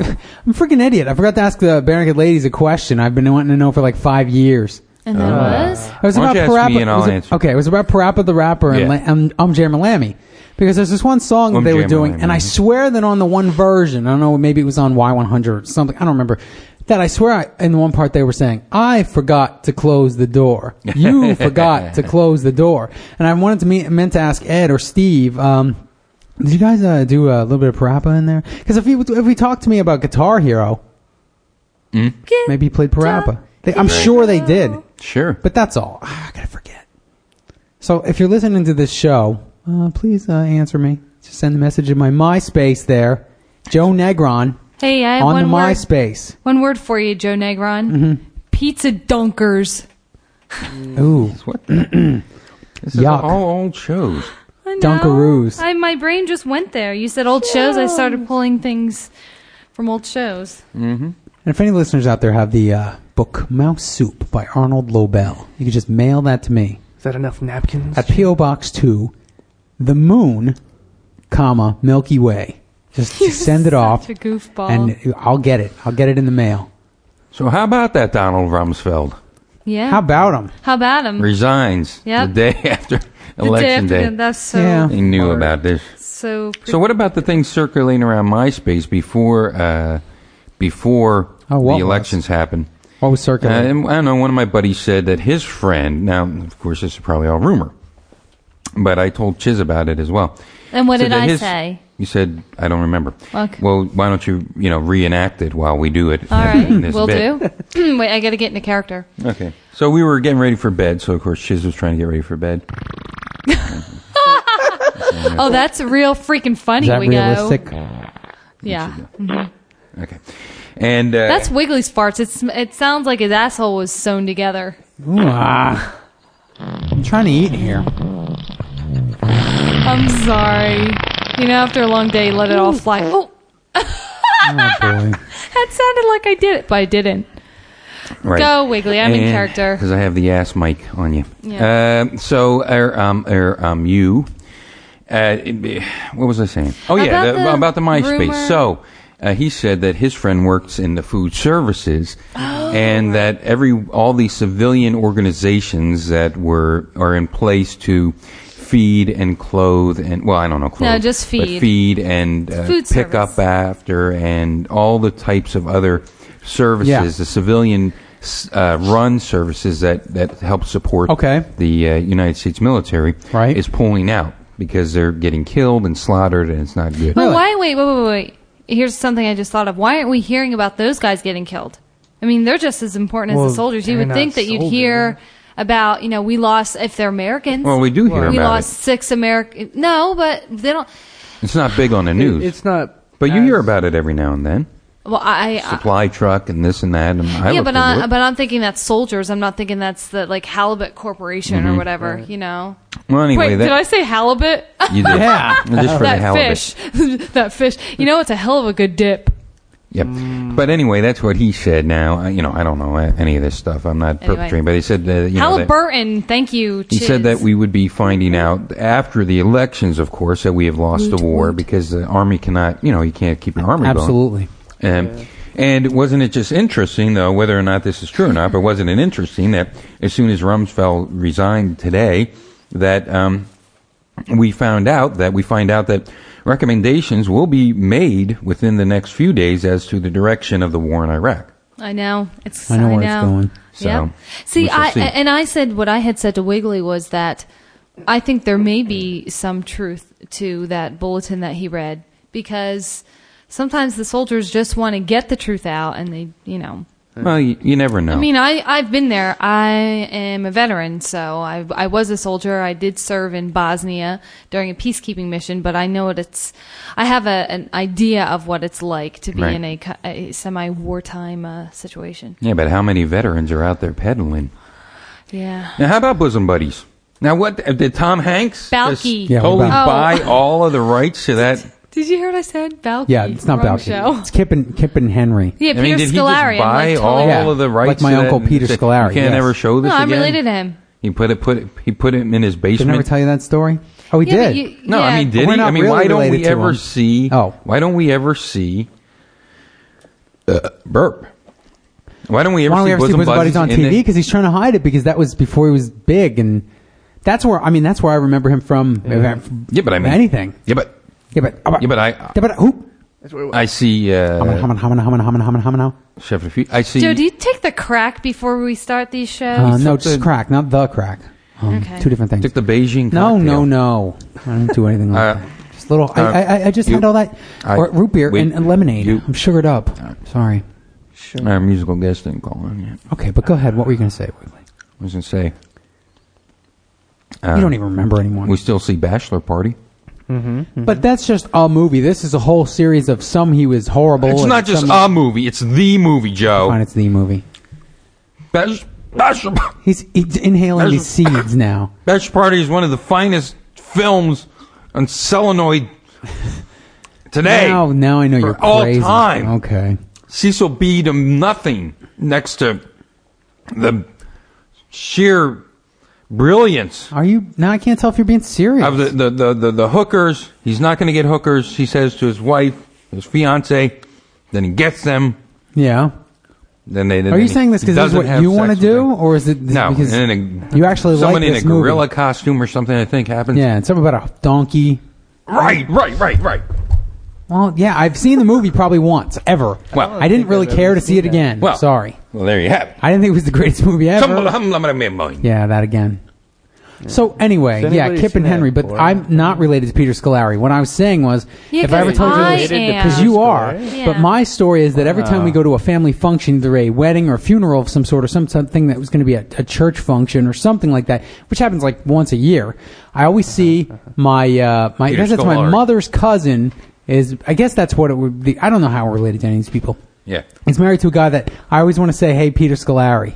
[SPEAKER 8] I'm a freaking idiot. I forgot to ask the Barricade ladies a question. I've been wanting to know for like five years.
[SPEAKER 6] And that was
[SPEAKER 8] It was
[SPEAKER 7] Why
[SPEAKER 8] about
[SPEAKER 7] don't you ask
[SPEAKER 8] Parappa.
[SPEAKER 7] me and
[SPEAKER 8] it was
[SPEAKER 7] I'll
[SPEAKER 8] a-
[SPEAKER 7] answer.
[SPEAKER 8] Okay, it was about Parappa the rapper and
[SPEAKER 7] Yeah.
[SPEAKER 8] La- um, Um Jam and Lammy. Because there's this one song
[SPEAKER 7] Um
[SPEAKER 8] that they were
[SPEAKER 7] Jam
[SPEAKER 8] doing,
[SPEAKER 7] and
[SPEAKER 8] and I
[SPEAKER 7] Lammy.
[SPEAKER 8] swear that on the one version, I don't know, maybe it was on Y100 or something, I don't remember, that I swear I, in the one part they were saying, I forgot to close the
[SPEAKER 7] [LAUGHS]
[SPEAKER 8] door. You forgot to close the door. And I wanted to meet, meant to ask Ed or Steve, um, did you guys uh, do a little bit of Parappa in there? Because if you if we talk to me about Guitar Hero, maybe you played Parappa. They, I'm sure they did.
[SPEAKER 7] Sure.
[SPEAKER 8] But that's all. Ah, I gotta forget. So if you're listening to this show, uh, please uh, answer me. Just send a message in my MySpace there, Joe Negron
[SPEAKER 6] hey, I have
[SPEAKER 8] on Mm-hmm.
[SPEAKER 6] one
[SPEAKER 8] the
[SPEAKER 6] word.
[SPEAKER 8] MySpace.
[SPEAKER 6] One word for you, Joe Negron. Pizza dunkers.
[SPEAKER 8] Ooh,
[SPEAKER 7] What? this is
[SPEAKER 8] Yuck.
[SPEAKER 7] all old shows.
[SPEAKER 6] I know.
[SPEAKER 8] Dunkaroos.
[SPEAKER 6] I, my brain just went there. You said old shows. I started pulling things from old shows.
[SPEAKER 8] and if any listeners out there have the uh, book Mouse Soup by Arnold Lobel, you can just mail that to me
[SPEAKER 9] Is that enough napkins?
[SPEAKER 8] at PO Box Two, the Moon, comma Milky Way. Just
[SPEAKER 6] [LAUGHS]
[SPEAKER 8] send it
[SPEAKER 6] Such
[SPEAKER 8] off,
[SPEAKER 6] a goofball.
[SPEAKER 8] and I'll get it. I'll get it in the mail.
[SPEAKER 7] So how about that Donald Rumsfeld
[SPEAKER 6] yeah.
[SPEAKER 8] How about him?
[SPEAKER 6] How about him?
[SPEAKER 7] resigns
[SPEAKER 6] Mm. Yep.
[SPEAKER 7] the day [LAUGHS] after election
[SPEAKER 6] the day, after
[SPEAKER 7] day?
[SPEAKER 6] that, That's so
[SPEAKER 8] Yeah.
[SPEAKER 7] He knew about this.
[SPEAKER 6] so. Pretty.
[SPEAKER 7] So what about the things circulating around MySpace before uh, before
[SPEAKER 8] Oh, what
[SPEAKER 7] the
[SPEAKER 8] was?
[SPEAKER 7] elections happened?
[SPEAKER 8] What was
[SPEAKER 7] Uh,
[SPEAKER 8] circulating?
[SPEAKER 7] and I don't know. One of my buddies said that his friend. Now, of course, this is probably all rumor, but I told Chiz about it as well.
[SPEAKER 6] And what
[SPEAKER 7] So
[SPEAKER 6] did
[SPEAKER 7] that
[SPEAKER 6] I
[SPEAKER 7] his-
[SPEAKER 6] say?
[SPEAKER 7] You said I don't remember.
[SPEAKER 6] Okay.
[SPEAKER 7] Well, why don't you you know reenact it while we do it?
[SPEAKER 6] All
[SPEAKER 7] [LAUGHS]
[SPEAKER 6] right,
[SPEAKER 7] in this
[SPEAKER 6] will
[SPEAKER 7] bit.
[SPEAKER 6] do. [CLEARS THROAT] Wait, I got to get into
[SPEAKER 7] [LAUGHS]
[SPEAKER 6] character.
[SPEAKER 7] Okay. So we were getting ready for bed. So of course Chiz was trying to get ready for bed.
[SPEAKER 6] Oh, that's real freaking funny.
[SPEAKER 8] Uh, Is that
[SPEAKER 6] we
[SPEAKER 8] realistic?
[SPEAKER 6] go. Yeah,
[SPEAKER 7] Okay. And uh,
[SPEAKER 6] that's Wiggly's farts. It's it sounds like his asshole was sewn together.
[SPEAKER 8] Ooh, ah. I'm trying to eat here.
[SPEAKER 6] I'm sorry. You know, after a long day, let it all fly. Oh,
[SPEAKER 8] Oh boy.
[SPEAKER 6] [LAUGHS] that sounded like I did it, but I didn't.
[SPEAKER 7] right.
[SPEAKER 6] Go, Wiggly. I'm in character.
[SPEAKER 7] because I have the ass mic on you.
[SPEAKER 6] Yeah.
[SPEAKER 7] Um, so er, um er, um you. Uh, what was I saying? Oh yeah,
[SPEAKER 6] About the
[SPEAKER 7] about the MySpace.
[SPEAKER 6] rumor-
[SPEAKER 7] So. Uh, he said that his friend works in the food services,
[SPEAKER 6] Oh.
[SPEAKER 7] and that every all the civilian organizations that were are in place to feed and clothe and well, I don't know, clothe,
[SPEAKER 6] No, just
[SPEAKER 7] but
[SPEAKER 6] feed.
[SPEAKER 7] feed and uh,
[SPEAKER 6] Food
[SPEAKER 7] pick
[SPEAKER 6] service.
[SPEAKER 7] up after, and all the types of other services,
[SPEAKER 8] Yeah.
[SPEAKER 7] the civilian s- uh, run services that, that help support
[SPEAKER 8] Okay.
[SPEAKER 7] the uh, United States military,
[SPEAKER 8] Right.
[SPEAKER 7] is pulling out because they're getting killed and slaughtered, and it's not good.
[SPEAKER 6] But
[SPEAKER 8] Really?
[SPEAKER 6] why? Wait, wait, wait, wait. Here's something I just thought of. Why aren't we hearing about those guys getting killed? I mean, they're just as important as
[SPEAKER 9] Well,
[SPEAKER 6] the soldiers. You
[SPEAKER 9] they're
[SPEAKER 6] would
[SPEAKER 9] not
[SPEAKER 6] think that you'd
[SPEAKER 9] soldiers.
[SPEAKER 6] hear about, you know, we lost if they're Americans.
[SPEAKER 7] Well, we do hear
[SPEAKER 6] we
[SPEAKER 7] about
[SPEAKER 6] lost six American. No, but they don't.
[SPEAKER 7] it. It's not big on the news,
[SPEAKER 9] It's not.
[SPEAKER 7] but you
[SPEAKER 9] as-
[SPEAKER 7] hear about it every now and then.
[SPEAKER 6] Well, I, I
[SPEAKER 7] supply truck and this and that. And I
[SPEAKER 6] Uh, yeah,
[SPEAKER 7] looked
[SPEAKER 6] but
[SPEAKER 7] into
[SPEAKER 6] I,
[SPEAKER 7] it.
[SPEAKER 6] but I'm thinking that's soldiers. I'm not thinking that's the like Halibut Corporation or whatever. You know.
[SPEAKER 7] well, Mm-hmm. anyway,
[SPEAKER 6] Wait,
[SPEAKER 7] that,
[SPEAKER 6] did I say halibut? [LAUGHS]
[SPEAKER 7] you did.
[SPEAKER 8] Yeah.
[SPEAKER 7] just for the
[SPEAKER 6] that
[SPEAKER 7] hell of it.
[SPEAKER 6] fish, [LAUGHS] that fish. You know, it's a hell of a good dip.
[SPEAKER 7] Yep. But anyway, that's what he said. Now, I, you know, I don't know uh, any of this stuff. I'm not
[SPEAKER 6] Anyway.
[SPEAKER 7] perpetrating, but he said that you know that-
[SPEAKER 6] Halliburton, thank you.
[SPEAKER 7] He said that
[SPEAKER 6] Chiz.
[SPEAKER 7] we would be finding out after the elections, of course, that we have lost the war because the army cannot, you know, you can't keep your army
[SPEAKER 8] Absolutely.
[SPEAKER 7] going. Absolutely. Um, And wasn't it just interesting, though, whether or not this is true or not, but wasn't it interesting that as soon as Rumsfeld resigned today, that um, we found out that we find out that recommendations will be made within the next few days as to the direction of the war in Iraq.
[SPEAKER 6] I know. It's.
[SPEAKER 8] I know where it's going.
[SPEAKER 7] So,
[SPEAKER 6] yeah.
[SPEAKER 7] we
[SPEAKER 6] See,
[SPEAKER 7] shall
[SPEAKER 6] I
[SPEAKER 7] see.
[SPEAKER 6] and I said what I had said to Wiggly was that I think there may be some truth to that bulletin that he read because sometimes the soldiers just want to get the truth out and they, you know.
[SPEAKER 7] Well, you, you never know.
[SPEAKER 6] I mean, I I've been there. I am a veteran, so I I was a soldier. I did serve in Bosnia during a peacekeeping mission, but I know what it's. I have a, an idea of what it's like to be
[SPEAKER 7] Right.
[SPEAKER 6] in a, co- a semi wartime uh, situation.
[SPEAKER 7] yeah, but how many veterans are out there peddling?
[SPEAKER 6] Yeah.
[SPEAKER 7] Now, how about bosom buddies? Now, what uh, did Tom Hanks just
[SPEAKER 6] Balky. Oh.
[SPEAKER 8] Yeah, what
[SPEAKER 7] totally
[SPEAKER 8] about-
[SPEAKER 7] buy all of the rights to that?
[SPEAKER 6] Did you hear what I said? Balky.
[SPEAKER 8] Yeah, it's not
[SPEAKER 6] Wrong
[SPEAKER 8] Balky.
[SPEAKER 6] Show.
[SPEAKER 8] It's Kip and, Kip and Henry.
[SPEAKER 6] [LAUGHS] Yeah,
[SPEAKER 7] I
[SPEAKER 6] Peter
[SPEAKER 7] mean, did he just
[SPEAKER 6] Scolari. I'm
[SPEAKER 7] buy
[SPEAKER 6] like,
[SPEAKER 7] all
[SPEAKER 6] totally-
[SPEAKER 7] of the
[SPEAKER 8] Yeah,
[SPEAKER 7] rights?
[SPEAKER 8] like my
[SPEAKER 7] to that
[SPEAKER 8] uncle
[SPEAKER 7] and
[SPEAKER 8] Peter
[SPEAKER 7] say,
[SPEAKER 8] Scolari,
[SPEAKER 7] You can't
[SPEAKER 8] yes.
[SPEAKER 7] ever show this
[SPEAKER 6] No, I'm
[SPEAKER 7] again.
[SPEAKER 6] related to him.
[SPEAKER 7] He put it put he put him in his
[SPEAKER 8] Did I
[SPEAKER 7] basement.
[SPEAKER 8] never tell you that story? Oh, he
[SPEAKER 6] Yeah, but
[SPEAKER 8] did.
[SPEAKER 6] you-
[SPEAKER 7] no, I
[SPEAKER 6] yeah.
[SPEAKER 7] mean, did
[SPEAKER 8] We're
[SPEAKER 7] he? I
[SPEAKER 8] not
[SPEAKER 7] mean,
[SPEAKER 8] really
[SPEAKER 7] why don't
[SPEAKER 8] related
[SPEAKER 7] we
[SPEAKER 8] to
[SPEAKER 7] ever
[SPEAKER 8] him.
[SPEAKER 7] see?
[SPEAKER 8] Oh.
[SPEAKER 7] why don't we ever see? Uh, burp. Why don't we ever
[SPEAKER 8] Why don't
[SPEAKER 7] see
[SPEAKER 8] we ever see
[SPEAKER 7] bosom
[SPEAKER 8] Bosom Buddies on
[SPEAKER 7] and
[SPEAKER 8] TV?
[SPEAKER 7] then-
[SPEAKER 8] Because he's trying to hide it because that was before he was big, and that's where I mean that's where I remember him from.
[SPEAKER 7] yeah, but I mean
[SPEAKER 8] anything.
[SPEAKER 7] Yeah, but
[SPEAKER 8] Yeah, but uh,
[SPEAKER 7] Yeah, but I-
[SPEAKER 8] yeah, but who?
[SPEAKER 7] I see. Uh,
[SPEAKER 8] Hummin, hummin, hummin, hummin, hummin, hummin, hummin, hummin.
[SPEAKER 7] Chef, Refu- I see.
[SPEAKER 6] Joe, do you take the crack before we start these shows?
[SPEAKER 8] Uh, no, just
[SPEAKER 7] something-
[SPEAKER 8] crack, not the crack. Um,
[SPEAKER 6] Okay.
[SPEAKER 8] Two different things.
[SPEAKER 7] took the Beijing.
[SPEAKER 8] No,
[SPEAKER 7] cocktail.
[SPEAKER 8] no, no. I don't do anything like
[SPEAKER 7] Uh,
[SPEAKER 8] that. Just little. I,
[SPEAKER 7] uh,
[SPEAKER 8] I, I- I just
[SPEAKER 7] you-
[SPEAKER 8] had all that
[SPEAKER 7] I-
[SPEAKER 8] or root beer
[SPEAKER 7] wait,
[SPEAKER 8] and, and lemonade.
[SPEAKER 7] you- Uh,
[SPEAKER 8] I'm sugared up. Sorry.
[SPEAKER 7] Our musical guest didn't call in yet.
[SPEAKER 8] Okay, but go ahead. What were you going to say, Wiggly?
[SPEAKER 7] I was going to say.
[SPEAKER 8] you don't even remember anymore.
[SPEAKER 7] Uh, We still see Bachelor Party.
[SPEAKER 8] but that's just a movie. This is a whole series of some he was horrible.
[SPEAKER 7] It's
[SPEAKER 8] and
[SPEAKER 7] not just
[SPEAKER 8] some-
[SPEAKER 7] a movie. It's the movie,
[SPEAKER 8] Fine,
[SPEAKER 7] Joe.
[SPEAKER 8] it's the movie.
[SPEAKER 7] Bas- Bachelor,
[SPEAKER 8] He's, he's inhaling
[SPEAKER 7] There's-
[SPEAKER 8] his seeds now.
[SPEAKER 7] Bachelor Party is one of the finest films on solenoid today.
[SPEAKER 8] Now, now I know
[SPEAKER 7] For
[SPEAKER 8] you're
[SPEAKER 7] all
[SPEAKER 8] crazy.
[SPEAKER 7] time.
[SPEAKER 8] Okay.
[SPEAKER 7] Cecil B. to nothing next to the sheer brilliance
[SPEAKER 8] Are you now? I can't tell if you're being serious.
[SPEAKER 7] of the, the, the, the, the hookers. He's not going to get hookers, he says to his wife, his fiance. Then he gets them.
[SPEAKER 8] yeah.
[SPEAKER 7] Then they.
[SPEAKER 8] Are you saying this because this is what you want to do, or is it
[SPEAKER 7] No,
[SPEAKER 8] because
[SPEAKER 7] and then a-
[SPEAKER 8] you actually
[SPEAKER 7] someone
[SPEAKER 8] like
[SPEAKER 7] in
[SPEAKER 8] this
[SPEAKER 7] a gorilla
[SPEAKER 8] movie?
[SPEAKER 7] costume or something? I think happens.
[SPEAKER 8] Yeah, and something about a donkey.
[SPEAKER 7] Right, right, right, right.
[SPEAKER 8] Well, yeah, I've seen the movie probably once ever.
[SPEAKER 7] Well-
[SPEAKER 8] I didn't really care to see it again.
[SPEAKER 7] Well,
[SPEAKER 8] sorry,
[SPEAKER 7] Well, there you have it.
[SPEAKER 8] I didn't think it was the greatest movie ever.
[SPEAKER 7] Some- hum- hum- hum- hum- hum.
[SPEAKER 8] yeah, that again. So anyway,
[SPEAKER 9] Has
[SPEAKER 8] yeah,
[SPEAKER 9] anybody
[SPEAKER 8] Kip and
[SPEAKER 9] seen that
[SPEAKER 8] Henry, but
[SPEAKER 9] before?
[SPEAKER 8] I'm not related to Peter Scolari. What I was saying was,
[SPEAKER 6] Yeah,
[SPEAKER 8] if I ever
[SPEAKER 6] 'cause
[SPEAKER 8] told
[SPEAKER 6] I
[SPEAKER 8] you this,
[SPEAKER 6] am.
[SPEAKER 8] because you are,
[SPEAKER 6] Yeah.
[SPEAKER 8] but my story is that every time
[SPEAKER 9] Uh.
[SPEAKER 8] we go to a family function, either a wedding or a funeral of some sort, or some something that was going to be a, a church function or something like that, which happens like once a year, I always see my uh, my. I
[SPEAKER 7] Peter
[SPEAKER 8] guess that's my
[SPEAKER 7] Scolari.
[SPEAKER 8] mother's cousin. Is I guess that's what it would be. I don't know how we're related to any of these people.
[SPEAKER 7] Yeah.
[SPEAKER 8] He's married to a guy that I always want to say, "Hey, Peter Scolari."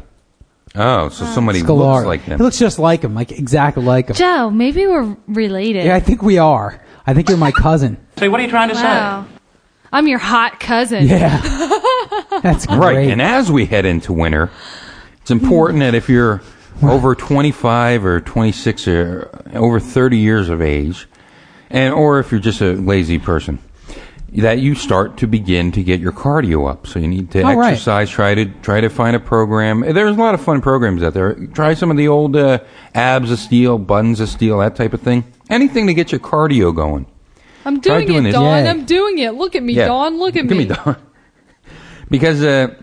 [SPEAKER 7] Oh,
[SPEAKER 8] Ah,
[SPEAKER 7] so somebody
[SPEAKER 8] Scolari.
[SPEAKER 7] looks like him.
[SPEAKER 8] He looks just like him, like exactly like him.
[SPEAKER 6] Joe, maybe we're related.
[SPEAKER 8] Yeah, I think we are. I think you're
[SPEAKER 6] [LAUGHS]
[SPEAKER 8] my cousin.
[SPEAKER 6] wow. I'm your hot cousin. [LAUGHS]
[SPEAKER 8] Yeah. That's great.
[SPEAKER 7] right. And as we head into winter, it's important that if you're over 25 or 26 or over 30 years of age, and or if you're just a lazy person, that you start to begin to get your cardio up. So you need to
[SPEAKER 8] Oh, right.
[SPEAKER 7] exercise. Try to try to find a program. There's a lot of fun programs out there. Try some of the old uh, abs of steel, buttons of steel, that type of thing. Anything to get your cardio going.
[SPEAKER 6] I'm
[SPEAKER 7] Try
[SPEAKER 6] doing,
[SPEAKER 7] doing
[SPEAKER 6] it,
[SPEAKER 7] it.
[SPEAKER 6] Dawn.
[SPEAKER 8] Yeah.
[SPEAKER 6] I'm doing it. Look at me, Dawn. Look at
[SPEAKER 7] Give
[SPEAKER 6] me.
[SPEAKER 7] Dawn. [LAUGHS] Because uh,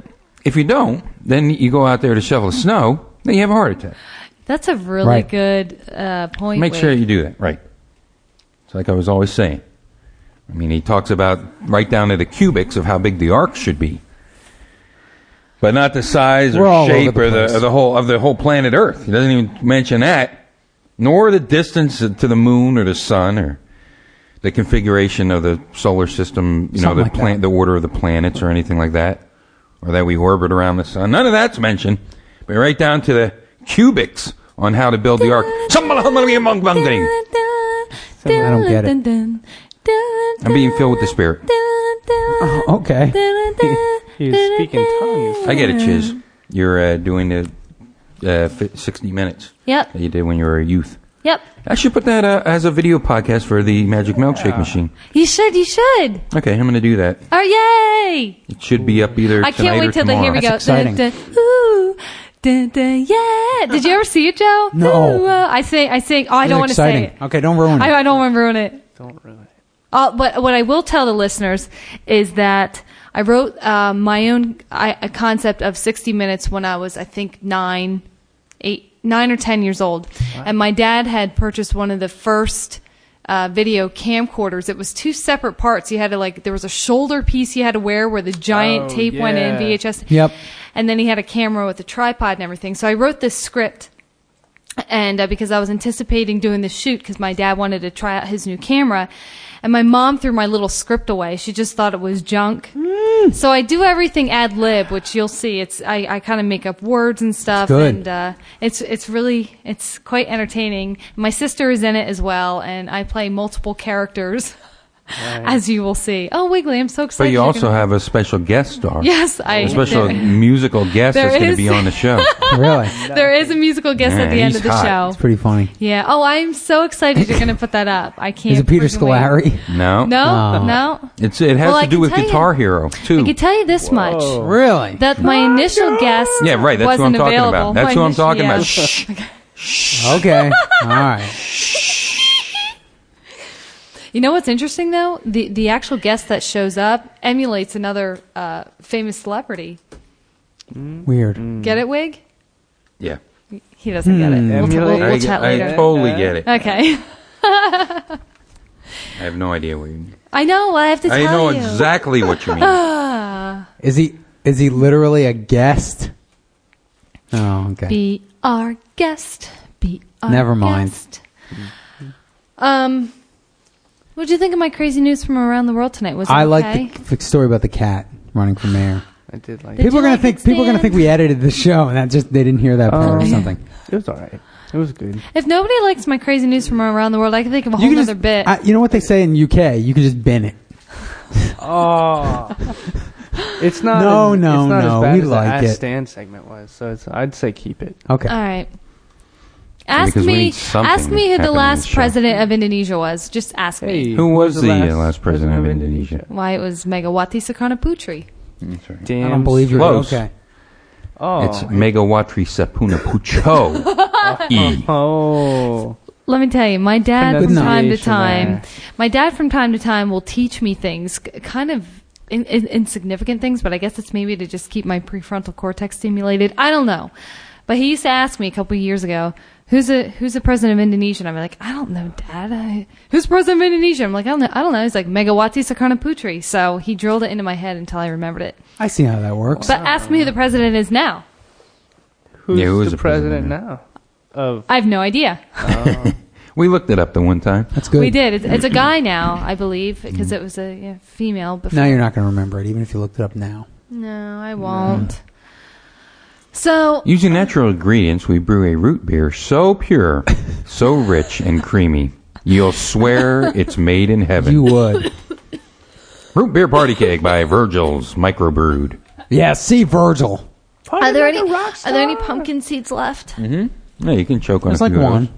[SPEAKER 7] if you don't, then you go out there to shovel the snow, then you have a heart attack.
[SPEAKER 6] That's a really
[SPEAKER 8] Right.
[SPEAKER 6] good uh, point.
[SPEAKER 7] Make
[SPEAKER 6] Wick.
[SPEAKER 7] sure you do that. Right. It's like I was always saying. I mean, he talks about right down to the cubics of how big the ark should be. But not the size
[SPEAKER 8] We're all
[SPEAKER 7] or
[SPEAKER 8] over
[SPEAKER 7] shape
[SPEAKER 8] the
[SPEAKER 7] or the,
[SPEAKER 8] place.
[SPEAKER 7] or the whole of the whole planet Earth. He doesn't even mention that, nor the distance to the moon or the sun or the configuration of the solar system, you know,
[SPEAKER 8] Something
[SPEAKER 7] the
[SPEAKER 8] like that.
[SPEAKER 7] the order of the planets or anything like that, or that we orbit around the sun. None of that's mentioned, but right down to the cubics on how to build the ark. I'm
[SPEAKER 8] I don't get it.
[SPEAKER 7] being filled with the spirit.
[SPEAKER 8] Oh, okay.
[SPEAKER 9] He was speaking tongues.
[SPEAKER 7] I get it, Chiz. You're uh, doing the uh, fi- 60 minutes
[SPEAKER 6] Yep.
[SPEAKER 7] that you did when you were a youth.
[SPEAKER 6] Yep.
[SPEAKER 7] I should put that uh, as a video podcast for the Magic Milkshake Machine.
[SPEAKER 6] You should. You should.
[SPEAKER 7] Okay, I'm going to do that.
[SPEAKER 6] All right. Yay.
[SPEAKER 7] It should be up either
[SPEAKER 6] I
[SPEAKER 7] tonight
[SPEAKER 6] can't
[SPEAKER 7] or
[SPEAKER 6] wait till the
[SPEAKER 7] tomorrow.
[SPEAKER 6] here we go.
[SPEAKER 8] That's exciting.
[SPEAKER 6] Dun, dun, ooh, dun, dun, yeah. Did you ever see it, Joe?
[SPEAKER 8] No.
[SPEAKER 6] Ooh, uh, I sing. I sing. Oh, I don't want to say it.
[SPEAKER 8] Okay, don't ruin it.
[SPEAKER 6] I, I don't want to ruin it.
[SPEAKER 9] Don't ruin it.
[SPEAKER 6] Uh, but what I will tell the listeners is that I wrote uh, my own I, a concept of 60 minutes when I was, I think, nine, eight, nine or ten years old, and my dad had purchased one of the first. Uh, video camcorders. It was two separate parts. You had to like there was a shoulder piece you had to wear where the giant
[SPEAKER 9] Oh,
[SPEAKER 6] tape went in
[SPEAKER 9] yeah.
[SPEAKER 6] VHS.
[SPEAKER 8] Yep.
[SPEAKER 6] And then he had a camera with a tripod and everything. So I wrote this script and uh, because I was anticipating doing this shoot because my dad wanted to try out his new camera. And my mom threw my little script away. She just thought it was junk.
[SPEAKER 7] Mm.
[SPEAKER 6] So I do everything ad lib, which you'll see. It's I, I kind of make up words and stuff,
[SPEAKER 8] good.
[SPEAKER 6] and uh, it's it's really it's quite entertaining. My sister is in it as well, and I play multiple characters, [LAUGHS] as you will see. Oh, Wiggly, I'm so excited!
[SPEAKER 7] But you
[SPEAKER 6] you're
[SPEAKER 7] also
[SPEAKER 6] gonna-
[SPEAKER 7] have a special guest
[SPEAKER 6] [LAUGHS]
[SPEAKER 7] star.
[SPEAKER 6] yes, I
[SPEAKER 7] A special
[SPEAKER 6] there-
[SPEAKER 7] musical guest
[SPEAKER 6] There
[SPEAKER 7] that's going to
[SPEAKER 6] is.
[SPEAKER 7] be on the show.
[SPEAKER 8] [LAUGHS] really?
[SPEAKER 6] [LAUGHS] there is a musical guest at
[SPEAKER 7] Yeah,
[SPEAKER 6] the end
[SPEAKER 7] he's
[SPEAKER 6] of the
[SPEAKER 7] hot.
[SPEAKER 6] show.
[SPEAKER 8] It's pretty funny.
[SPEAKER 6] Yeah. Oh, I'm so excited you're going to put that up. I can't.
[SPEAKER 8] [LAUGHS] Is it Peter
[SPEAKER 6] freaking wait.
[SPEAKER 8] Scolari?
[SPEAKER 7] No,
[SPEAKER 6] No,
[SPEAKER 8] Oh.
[SPEAKER 6] no.
[SPEAKER 7] It's it has
[SPEAKER 6] Well, I
[SPEAKER 7] to do
[SPEAKER 6] can
[SPEAKER 7] with
[SPEAKER 6] tell you-
[SPEAKER 7] Guitar Hero
[SPEAKER 6] I
[SPEAKER 7] too.
[SPEAKER 6] can tell you this much
[SPEAKER 8] Really?
[SPEAKER 6] that my initial guest
[SPEAKER 7] yeah, right. That's who I'm
[SPEAKER 6] wasn't
[SPEAKER 7] talking
[SPEAKER 6] available.
[SPEAKER 7] about. That's
[SPEAKER 6] My
[SPEAKER 7] who I'm
[SPEAKER 6] initial-
[SPEAKER 7] talking
[SPEAKER 6] yeah.
[SPEAKER 7] about. Shh.
[SPEAKER 8] [LAUGHS] okay. All right.
[SPEAKER 6] You know what's interesting though? The the actual guest that shows up emulates another uh, famous celebrity.
[SPEAKER 8] Weird.
[SPEAKER 7] Hmm.
[SPEAKER 6] Get it, Wig?
[SPEAKER 7] Yeah,
[SPEAKER 6] He doesn't get
[SPEAKER 8] Hmm.
[SPEAKER 6] it. We'll, t- we'll,
[SPEAKER 9] Emulate?
[SPEAKER 6] we'll
[SPEAKER 7] I,
[SPEAKER 6] chat
[SPEAKER 7] I
[SPEAKER 6] later.
[SPEAKER 7] totally get it. I
[SPEAKER 6] okay. [LAUGHS]
[SPEAKER 7] have no idea what you mean.
[SPEAKER 6] I know. I have to tell
[SPEAKER 7] I know
[SPEAKER 6] you.
[SPEAKER 7] exactly what
[SPEAKER 6] [LAUGHS]
[SPEAKER 7] you mean.
[SPEAKER 8] Is he is he literally a guest? Oh, okay.
[SPEAKER 6] Be our guest. Be our
[SPEAKER 8] Never mind.
[SPEAKER 6] guest. Um, what did you think of my crazy news from around the world tonight? Was it
[SPEAKER 8] I
[SPEAKER 6] okay?
[SPEAKER 8] like the, the story about the cat running for mayor.
[SPEAKER 9] I did like
[SPEAKER 6] Did
[SPEAKER 9] it.
[SPEAKER 6] you
[SPEAKER 8] People are gonna
[SPEAKER 6] like
[SPEAKER 8] think
[SPEAKER 6] it,
[SPEAKER 8] people are gonna
[SPEAKER 6] Stan?
[SPEAKER 8] think we edited the show and that just they didn't hear that part
[SPEAKER 9] Oh.
[SPEAKER 6] [LAUGHS]
[SPEAKER 8] or something.
[SPEAKER 9] It was alright. It was good.
[SPEAKER 6] If nobody likes my crazy news from around the world, I can think of a
[SPEAKER 8] You
[SPEAKER 6] whole
[SPEAKER 8] can
[SPEAKER 6] other
[SPEAKER 8] just,
[SPEAKER 6] bit.
[SPEAKER 8] I, you know what they say in UK? You can just bin it.
[SPEAKER 9] Oh. it's not.
[SPEAKER 8] No,
[SPEAKER 9] as,
[SPEAKER 8] no,
[SPEAKER 9] it's not
[SPEAKER 8] no,
[SPEAKER 9] As bad
[SPEAKER 8] we
[SPEAKER 9] as
[SPEAKER 8] like
[SPEAKER 9] the Ask
[SPEAKER 8] it.
[SPEAKER 9] Stan segment was. So it's, I'd say keep it.
[SPEAKER 8] Okay.
[SPEAKER 6] All right. Ask
[SPEAKER 7] because we
[SPEAKER 6] me.
[SPEAKER 7] need something
[SPEAKER 6] Ask me who
[SPEAKER 7] happening
[SPEAKER 6] the
[SPEAKER 7] in the
[SPEAKER 6] last
[SPEAKER 7] show.
[SPEAKER 6] president of Indonesia was. Just ask me.
[SPEAKER 9] Hey,
[SPEAKER 7] Who was the, uh, last president of Indonesia?
[SPEAKER 6] Why it was Megawati Sukarno Putri.
[SPEAKER 9] Damn.
[SPEAKER 8] I don't believe you're
[SPEAKER 7] Close.
[SPEAKER 8] okay.
[SPEAKER 9] Oh.
[SPEAKER 7] It's Megawatri Sapunapucho. e.
[SPEAKER 9] oh.
[SPEAKER 6] Let me tell you, my dad from time to
[SPEAKER 9] Pronunciation
[SPEAKER 6] time,
[SPEAKER 9] there.
[SPEAKER 6] my dad from time to time will teach me things, c- kind of in, in, insignificant things, but I guess it's maybe to just keep my prefrontal cortex stimulated. I don't know, but he used to ask me a couple of years ago, "Who's a who's the president of Indonesia?" And I'm like, "I don't know, Dad. I, who's president of Indonesia?" I'm like, "I don't know. I don't know." He's like, "Megawati Sukarno Putri." So he drilled it into my head until I remembered it.
[SPEAKER 8] I see how that works.
[SPEAKER 6] But ask me who the president is now.
[SPEAKER 9] Who's
[SPEAKER 7] Yeah, who was
[SPEAKER 9] the
[SPEAKER 7] the president?
[SPEAKER 9] president, now? Of [LAUGHS]
[SPEAKER 6] I have no idea.
[SPEAKER 7] We looked it up the one time.
[SPEAKER 8] That's good.
[SPEAKER 6] We did. It's, it's a guy now, I believe, because it was a yeah, female before.
[SPEAKER 8] Now you're not going to remember it, even if you looked it up now.
[SPEAKER 6] No, I won't. So,
[SPEAKER 7] Using natural ingredients, we brew a root beer so pure, so rich and creamy, you'll swear it's made in heaven.
[SPEAKER 8] You
[SPEAKER 7] [LAUGHS]
[SPEAKER 8] would.
[SPEAKER 7] Root beer party cake by Virgil's Microbrewed.
[SPEAKER 8] yeah, see Virgil.
[SPEAKER 6] are there any are there any pumpkin seeds left?
[SPEAKER 7] Mm. Yeah, you can choke on.
[SPEAKER 8] That's
[SPEAKER 7] a
[SPEAKER 8] Mm-hmm. like
[SPEAKER 7] few of
[SPEAKER 8] one.
[SPEAKER 7] those.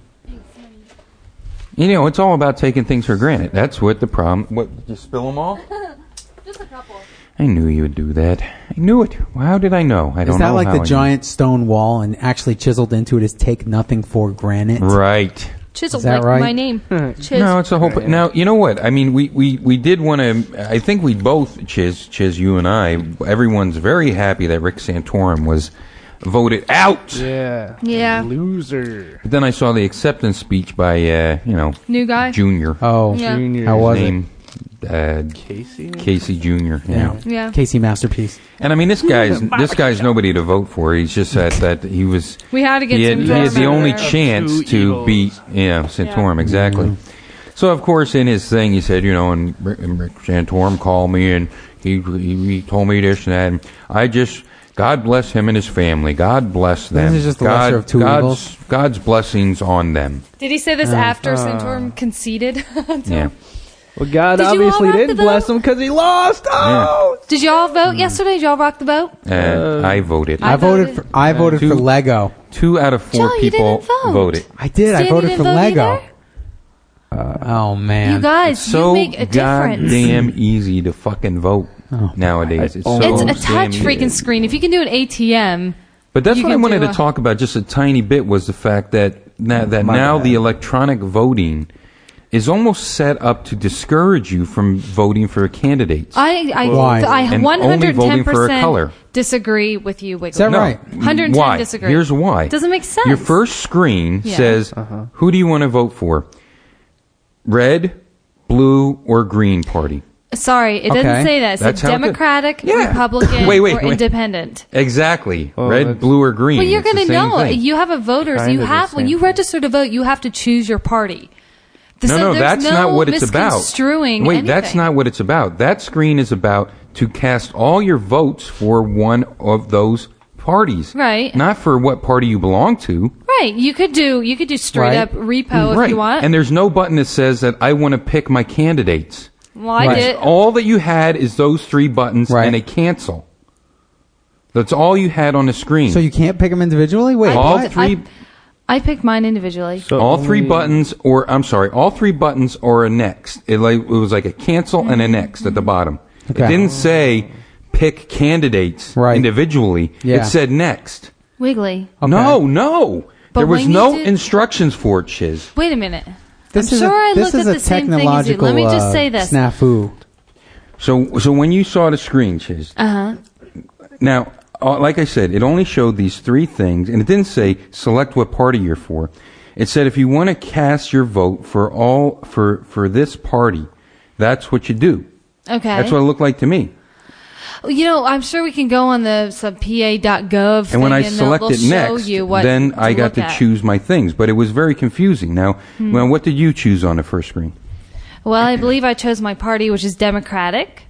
[SPEAKER 7] You know, it's all about taking things for granted. That's what the problem. What? Just spill them all?
[SPEAKER 6] [LAUGHS] Just a couple.
[SPEAKER 7] I knew you would do that. I knew it. Well, how did I know? I don't
[SPEAKER 8] Is that
[SPEAKER 7] know.
[SPEAKER 8] like
[SPEAKER 7] how
[SPEAKER 8] the
[SPEAKER 7] I knew.
[SPEAKER 8] giant stone wall and actually chiseled into it is take nothing for granted?
[SPEAKER 7] Right.
[SPEAKER 6] Chisel,
[SPEAKER 8] Is that
[SPEAKER 6] like
[SPEAKER 8] right?
[SPEAKER 6] my name. Chiz.
[SPEAKER 7] No, it's a whole. p Now you know what I mean. We we we did want to. I think we both, Chiz, Chiz, you and I. Everyone's very happy that Rick Santorum was voted out.
[SPEAKER 9] yeah.
[SPEAKER 6] Yeah.
[SPEAKER 9] Loser.
[SPEAKER 7] But then I saw the acceptance speech by uh, you know
[SPEAKER 6] New guy.
[SPEAKER 7] Junior.
[SPEAKER 8] Oh,
[SPEAKER 6] Yeah.
[SPEAKER 9] Junior.
[SPEAKER 8] how was
[SPEAKER 7] name, Uh,
[SPEAKER 9] Casey?
[SPEAKER 7] Casey Junior. You know.
[SPEAKER 8] it?
[SPEAKER 6] Yeah.
[SPEAKER 8] Casey masterpiece.
[SPEAKER 7] And I mean, this
[SPEAKER 9] [LAUGHS]
[SPEAKER 7] guy's this guy's nobody to vote for. He's just that that he was.
[SPEAKER 6] We had to get
[SPEAKER 7] he had,
[SPEAKER 6] Jim
[SPEAKER 7] he had
[SPEAKER 6] Jordan
[SPEAKER 7] the
[SPEAKER 6] out
[SPEAKER 7] only
[SPEAKER 6] there.
[SPEAKER 7] chance
[SPEAKER 9] Two
[SPEAKER 7] to
[SPEAKER 9] evils.
[SPEAKER 7] beat, you know, Santorum exactly. So of course, in his thing, he said, you know, and Rick, and Rick Santorum called me, and he, he he told me this and that. And I just, God bless him and his family. God bless them.
[SPEAKER 8] This is just the
[SPEAKER 7] God,
[SPEAKER 8] lesser of two
[SPEAKER 7] God's,
[SPEAKER 8] evils.
[SPEAKER 7] God's blessings on them.
[SPEAKER 6] Did he say this after Centaurum conceded? [LAUGHS] to
[SPEAKER 7] uh, Yeah.
[SPEAKER 6] him?
[SPEAKER 10] Well, God
[SPEAKER 6] Did you all
[SPEAKER 10] obviously
[SPEAKER 6] rock the
[SPEAKER 10] didn't
[SPEAKER 6] boat?
[SPEAKER 10] bless him because he lost. Oh,
[SPEAKER 6] Did y'all
[SPEAKER 7] Mm.
[SPEAKER 6] vote yesterday? Did y'all rock the boat?
[SPEAKER 7] And I voted.
[SPEAKER 8] I,
[SPEAKER 6] I
[SPEAKER 8] voted
[SPEAKER 6] voted-
[SPEAKER 8] for I voted
[SPEAKER 7] two-
[SPEAKER 8] for Lego.
[SPEAKER 7] Two out of four
[SPEAKER 6] Joe, you
[SPEAKER 7] people
[SPEAKER 6] didn't vote.
[SPEAKER 7] voted.
[SPEAKER 8] I did.
[SPEAKER 6] Stan,
[SPEAKER 8] I
[SPEAKER 6] you
[SPEAKER 8] voted
[SPEAKER 6] didn't
[SPEAKER 8] for
[SPEAKER 6] vote
[SPEAKER 8] Lego.
[SPEAKER 6] either?
[SPEAKER 8] Oh man.
[SPEAKER 6] You guys,
[SPEAKER 7] So
[SPEAKER 6] you make a difference.
[SPEAKER 7] goddamn easy to fucking vote
[SPEAKER 10] Oh.
[SPEAKER 7] nowadays. It's, so
[SPEAKER 6] it's a
[SPEAKER 7] damn
[SPEAKER 6] touch
[SPEAKER 7] easy.
[SPEAKER 6] freaking screen. If you can do an ATM,
[SPEAKER 7] But that's
[SPEAKER 6] You
[SPEAKER 7] what I
[SPEAKER 6] can
[SPEAKER 7] wanted
[SPEAKER 6] do a-
[SPEAKER 7] to talk about just a tiny bit was the fact that now, that
[SPEAKER 10] Oh, My
[SPEAKER 7] now
[SPEAKER 10] bad.
[SPEAKER 7] the electronic voting is almost set up to discourage you from voting for candidates.
[SPEAKER 6] I I
[SPEAKER 8] Why?
[SPEAKER 6] I
[SPEAKER 7] And
[SPEAKER 6] one
[SPEAKER 7] only
[SPEAKER 6] hundred ten
[SPEAKER 7] voting for a color.
[SPEAKER 6] percent disagree with you, Wiggly.
[SPEAKER 8] that right?
[SPEAKER 6] 110
[SPEAKER 7] Why?
[SPEAKER 6] disagree.
[SPEAKER 7] Here's why.
[SPEAKER 6] Doesn't make sense.
[SPEAKER 7] Your first screen
[SPEAKER 6] Yeah.
[SPEAKER 7] says,
[SPEAKER 10] Uh-huh.
[SPEAKER 7] "Who do you want to vote for? Red, blue, or green party?"
[SPEAKER 6] Sorry, it
[SPEAKER 8] Okay.
[SPEAKER 6] doesn't say that. It
[SPEAKER 7] That's
[SPEAKER 6] says
[SPEAKER 7] how it did-
[SPEAKER 6] Democratic,
[SPEAKER 7] Yeah.
[SPEAKER 6] Republican,
[SPEAKER 7] [LAUGHS] Wait, wait,
[SPEAKER 6] or
[SPEAKER 7] wait.
[SPEAKER 6] Independent.
[SPEAKER 7] Exactly.
[SPEAKER 10] Oh,
[SPEAKER 9] Well,
[SPEAKER 7] Red,
[SPEAKER 9] that's-
[SPEAKER 7] blue, or green.
[SPEAKER 6] Well, you're
[SPEAKER 7] It's the
[SPEAKER 6] going to
[SPEAKER 7] same
[SPEAKER 6] know.
[SPEAKER 7] thing.
[SPEAKER 6] You have a voters.
[SPEAKER 9] Kinda
[SPEAKER 6] You
[SPEAKER 9] the
[SPEAKER 6] have when
[SPEAKER 9] same
[SPEAKER 6] you
[SPEAKER 9] thing.
[SPEAKER 6] register to vote, you have to choose your party. The-
[SPEAKER 7] no,
[SPEAKER 6] so
[SPEAKER 7] no,
[SPEAKER 6] there's
[SPEAKER 7] that's
[SPEAKER 6] no
[SPEAKER 7] not what it's about.
[SPEAKER 6] misconstruing
[SPEAKER 7] Wait, that's
[SPEAKER 6] anything.
[SPEAKER 7] not what it's about. That screen is about to cast all your votes for one of those parties,
[SPEAKER 6] Right.
[SPEAKER 7] Not for what party you belong to,
[SPEAKER 6] right. You could do you could do straight
[SPEAKER 8] Right.
[SPEAKER 6] up repo if
[SPEAKER 7] right?
[SPEAKER 6] you want.
[SPEAKER 7] And there's no button that says that I want to pick my candidates.
[SPEAKER 6] well, I
[SPEAKER 8] Right.
[SPEAKER 6] did.
[SPEAKER 7] All that you had is those three buttons,
[SPEAKER 8] Right.
[SPEAKER 7] and they cancel. That's all you had on the screen.
[SPEAKER 8] So you can't pick them individually. Wait,
[SPEAKER 6] I
[SPEAKER 7] all
[SPEAKER 8] what?
[SPEAKER 6] picked-
[SPEAKER 7] three,
[SPEAKER 6] I picked mine individually.
[SPEAKER 9] So
[SPEAKER 7] all three
[SPEAKER 9] only-
[SPEAKER 7] buttons, or I'm sorry, all three buttons or a next. It like it was like a cancel and a next at the bottom. It
[SPEAKER 8] Okay.
[SPEAKER 7] didn't say pick candidates
[SPEAKER 8] Right.
[SPEAKER 7] individually.
[SPEAKER 8] Yeah.
[SPEAKER 7] It said next.
[SPEAKER 6] Wiggly.
[SPEAKER 8] Okay.
[SPEAKER 7] No, no.
[SPEAKER 6] But
[SPEAKER 7] there was
[SPEAKER 6] when you
[SPEAKER 7] no
[SPEAKER 6] did-
[SPEAKER 7] instructions for it, Chiz.
[SPEAKER 6] Wait a minute.
[SPEAKER 8] This
[SPEAKER 6] I'm
[SPEAKER 8] is
[SPEAKER 6] sure
[SPEAKER 8] a,
[SPEAKER 6] I
[SPEAKER 8] this
[SPEAKER 6] looked
[SPEAKER 8] is
[SPEAKER 6] at
[SPEAKER 8] a
[SPEAKER 6] the same thing as you.
[SPEAKER 8] technological
[SPEAKER 6] Let me just
[SPEAKER 8] uh,
[SPEAKER 6] say this. [LAUGHS]
[SPEAKER 8] snafu.
[SPEAKER 7] So so when you saw the screen, Chiz.
[SPEAKER 6] Uh huh.
[SPEAKER 7] Now, uh, like I said, it only showed these three things, and it didn't say select what party you're for. It said if you want to cast your vote for all for for this party, that's what you do.
[SPEAKER 6] Okay.
[SPEAKER 7] That's what it looked like to me.
[SPEAKER 6] You know, I'm sure we can go on the some pa.gov
[SPEAKER 7] And when
[SPEAKER 6] thing
[SPEAKER 7] I
[SPEAKER 6] they'll-
[SPEAKER 7] selected
[SPEAKER 6] they'll show
[SPEAKER 7] next,
[SPEAKER 6] you what
[SPEAKER 7] then
[SPEAKER 6] to
[SPEAKER 7] I got
[SPEAKER 6] look
[SPEAKER 7] to
[SPEAKER 6] at. Hmm.
[SPEAKER 7] choose my things. But it was very confusing. Now, well, what did you choose on the first screen?
[SPEAKER 6] Well, I believe I chose my party, which is Democratic,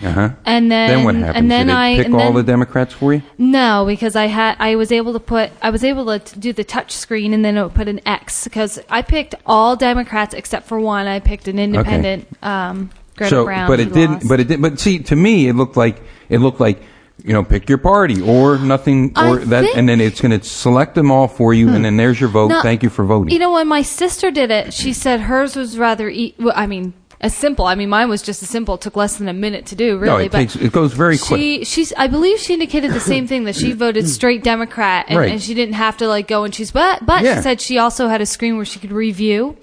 [SPEAKER 7] Uh huh.
[SPEAKER 6] and then
[SPEAKER 7] Then what happened?
[SPEAKER 6] And then
[SPEAKER 7] did it
[SPEAKER 6] I
[SPEAKER 7] pick
[SPEAKER 6] and
[SPEAKER 7] all
[SPEAKER 6] then,
[SPEAKER 7] the Democrats for you?
[SPEAKER 6] No, because I had I was able to put I was able to t- do the touch screen and then it would put an X because I picked all Democrats except for one. I picked an independent. Um, Greta
[SPEAKER 7] so,
[SPEAKER 6] Brown,
[SPEAKER 7] but
[SPEAKER 6] who
[SPEAKER 7] it didn't.
[SPEAKER 6] lost.
[SPEAKER 7] But it did. But see, to me, it looked like it looked like you know, pick your party or nothing,
[SPEAKER 6] I
[SPEAKER 7] or that,
[SPEAKER 6] think-
[SPEAKER 7] and then it's going to select them all for you, and then there's your vote.
[SPEAKER 6] No,
[SPEAKER 7] Thank you for voting.
[SPEAKER 6] You know, when my sister did it, she said hers was rather. E- well, I mean, a simple. I mean, mine was just a simple. It took less than a minute to do. Really,
[SPEAKER 7] it
[SPEAKER 6] but
[SPEAKER 7] takes- it goes very
[SPEAKER 6] she,
[SPEAKER 7] quick.
[SPEAKER 6] She's. I believe she indicated the same thing
[SPEAKER 7] [COUGHS]
[SPEAKER 6] that she voted straight Democrat, and,
[SPEAKER 7] Right.
[SPEAKER 6] and she didn't have to like go and choose. But but
[SPEAKER 7] Yeah.
[SPEAKER 6] she said she also had a screen where she could review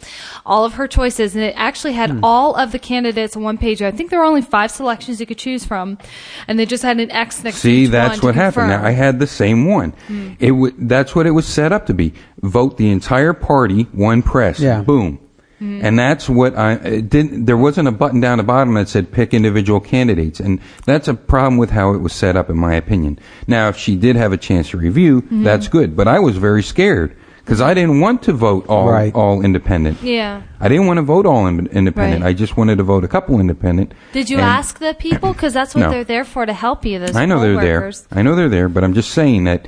[SPEAKER 6] all of her choices, and it actually had
[SPEAKER 7] Hmm.
[SPEAKER 6] all of the candidates on one page. I think there were only five selections you could choose from, and they just had an X next. to
[SPEAKER 7] See,
[SPEAKER 6] each one
[SPEAKER 7] that's
[SPEAKER 6] to
[SPEAKER 7] what happened.
[SPEAKER 6] confirm. Hmm.
[SPEAKER 7] Now, I had the same one. It w- that's what it was set up to be. Vote the entire party, one press.
[SPEAKER 8] Yeah.
[SPEAKER 7] Boom.
[SPEAKER 6] Hmm.
[SPEAKER 7] And that's what I it didn't. There wasn't a button down the bottom that said pick individual candidates, and that's a problem with how it was set up, in my opinion. Now, if she did have a chance to review,
[SPEAKER 6] Hmm.
[SPEAKER 7] that's good. But I was very scared because I didn't want to vote all
[SPEAKER 8] Right.
[SPEAKER 7] all independent.
[SPEAKER 6] Yeah.
[SPEAKER 7] I didn't want to vote all in- independent.
[SPEAKER 6] Right.
[SPEAKER 7] I just wanted to vote a couple independent.
[SPEAKER 6] Did you
[SPEAKER 7] And-
[SPEAKER 6] ask the people? Because that's what
[SPEAKER 7] No.
[SPEAKER 6] they're there for to help you. Those
[SPEAKER 7] I know
[SPEAKER 6] poll
[SPEAKER 7] they're
[SPEAKER 6] workers.
[SPEAKER 7] there. I know they're there, but I'm just saying that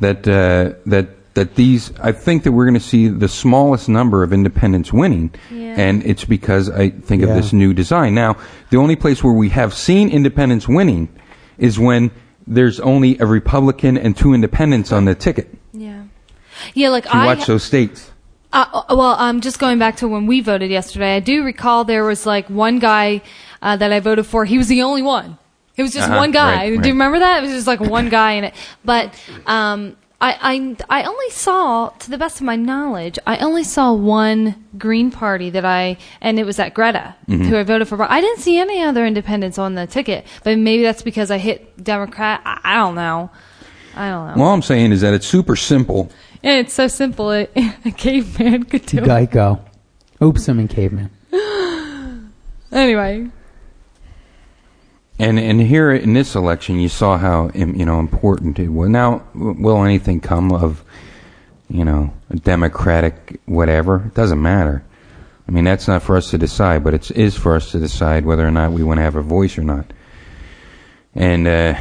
[SPEAKER 7] that uh, that that these. I think that we're going to see the smallest number of independents winning,
[SPEAKER 6] Yeah.
[SPEAKER 7] and it's because I think
[SPEAKER 8] Yeah.
[SPEAKER 7] of this new design. Now, the only place where we have seen independents winning is when there's only a Republican and two independents on the ticket.
[SPEAKER 6] Yeah. Yeah, like
[SPEAKER 7] You
[SPEAKER 6] I
[SPEAKER 7] watch those states.
[SPEAKER 6] Uh, uh, well, um, just going back to when we voted yesterday, I do recall there was like one guy uh, that I voted for. He was the only one. It was just
[SPEAKER 7] Uh-huh,
[SPEAKER 6] one guy.
[SPEAKER 7] right,
[SPEAKER 6] do
[SPEAKER 7] right.
[SPEAKER 6] you remember that? It was just like one guy in it. But um, I, I, I only saw, to the best of my knowledge, I only saw one Green Party that I, and it was that Greta
[SPEAKER 7] Mm-hmm.
[SPEAKER 6] who I voted for. But I didn't see any other independents on the ticket. But maybe that's because I hit Democrat. I, I don't know. I don't know.
[SPEAKER 7] Well, all I'm saying is that it's super simple.
[SPEAKER 6] And it's so simple. It, [LAUGHS] a caveman could do it.
[SPEAKER 8] Geico. Oops, I'm in caveman.
[SPEAKER 6] Anyway.
[SPEAKER 7] And and here in this election, you saw how im- you know important it was. Now, w- will anything come of you know a democratic whatever? It doesn't matter. I mean, that's not for us to decide, but it is for us to decide whether or not we want to have a voice or not. And uh,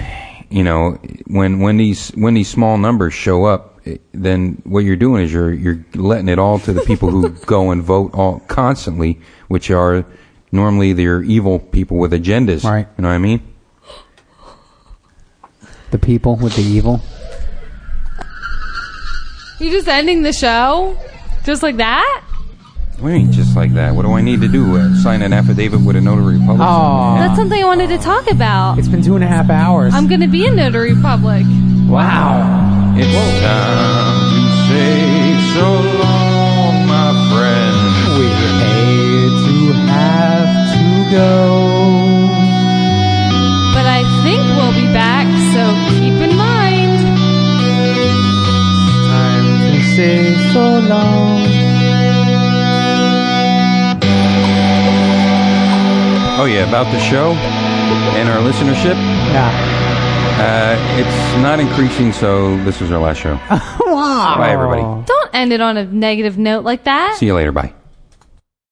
[SPEAKER 7] you know, when when these when these small numbers show up, eh, then what you're doing is you're you're letting it all to the people who go and vote all constantly, which are normally they're evil people with agendas.
[SPEAKER 8] Right.
[SPEAKER 7] You know what I mean?
[SPEAKER 8] The people with the evil.
[SPEAKER 6] You just ending the show, just like that?
[SPEAKER 7] We ain't just like that. What do I need to do? Uh, sign an affidavit with a notary public?
[SPEAKER 8] Oh.
[SPEAKER 6] That's something I wanted to talk about.
[SPEAKER 8] It's been two and a half hours.
[SPEAKER 6] I'm gonna be in Notary Public.
[SPEAKER 8] wow.
[SPEAKER 7] It's time to say so long, my friend.
[SPEAKER 8] We hate to have to go.
[SPEAKER 6] But I think we'll be back, so keep in mind.
[SPEAKER 9] Time to say so long.
[SPEAKER 7] Oh yeah, about the show and our listenership.
[SPEAKER 8] Yeah. [LAUGHS]
[SPEAKER 7] Uh, it's not increasing, so this is our last show.
[SPEAKER 8] Wow.
[SPEAKER 7] Bye, everybody.
[SPEAKER 6] Don't end it on a negative note like that.
[SPEAKER 7] See you later. Bye.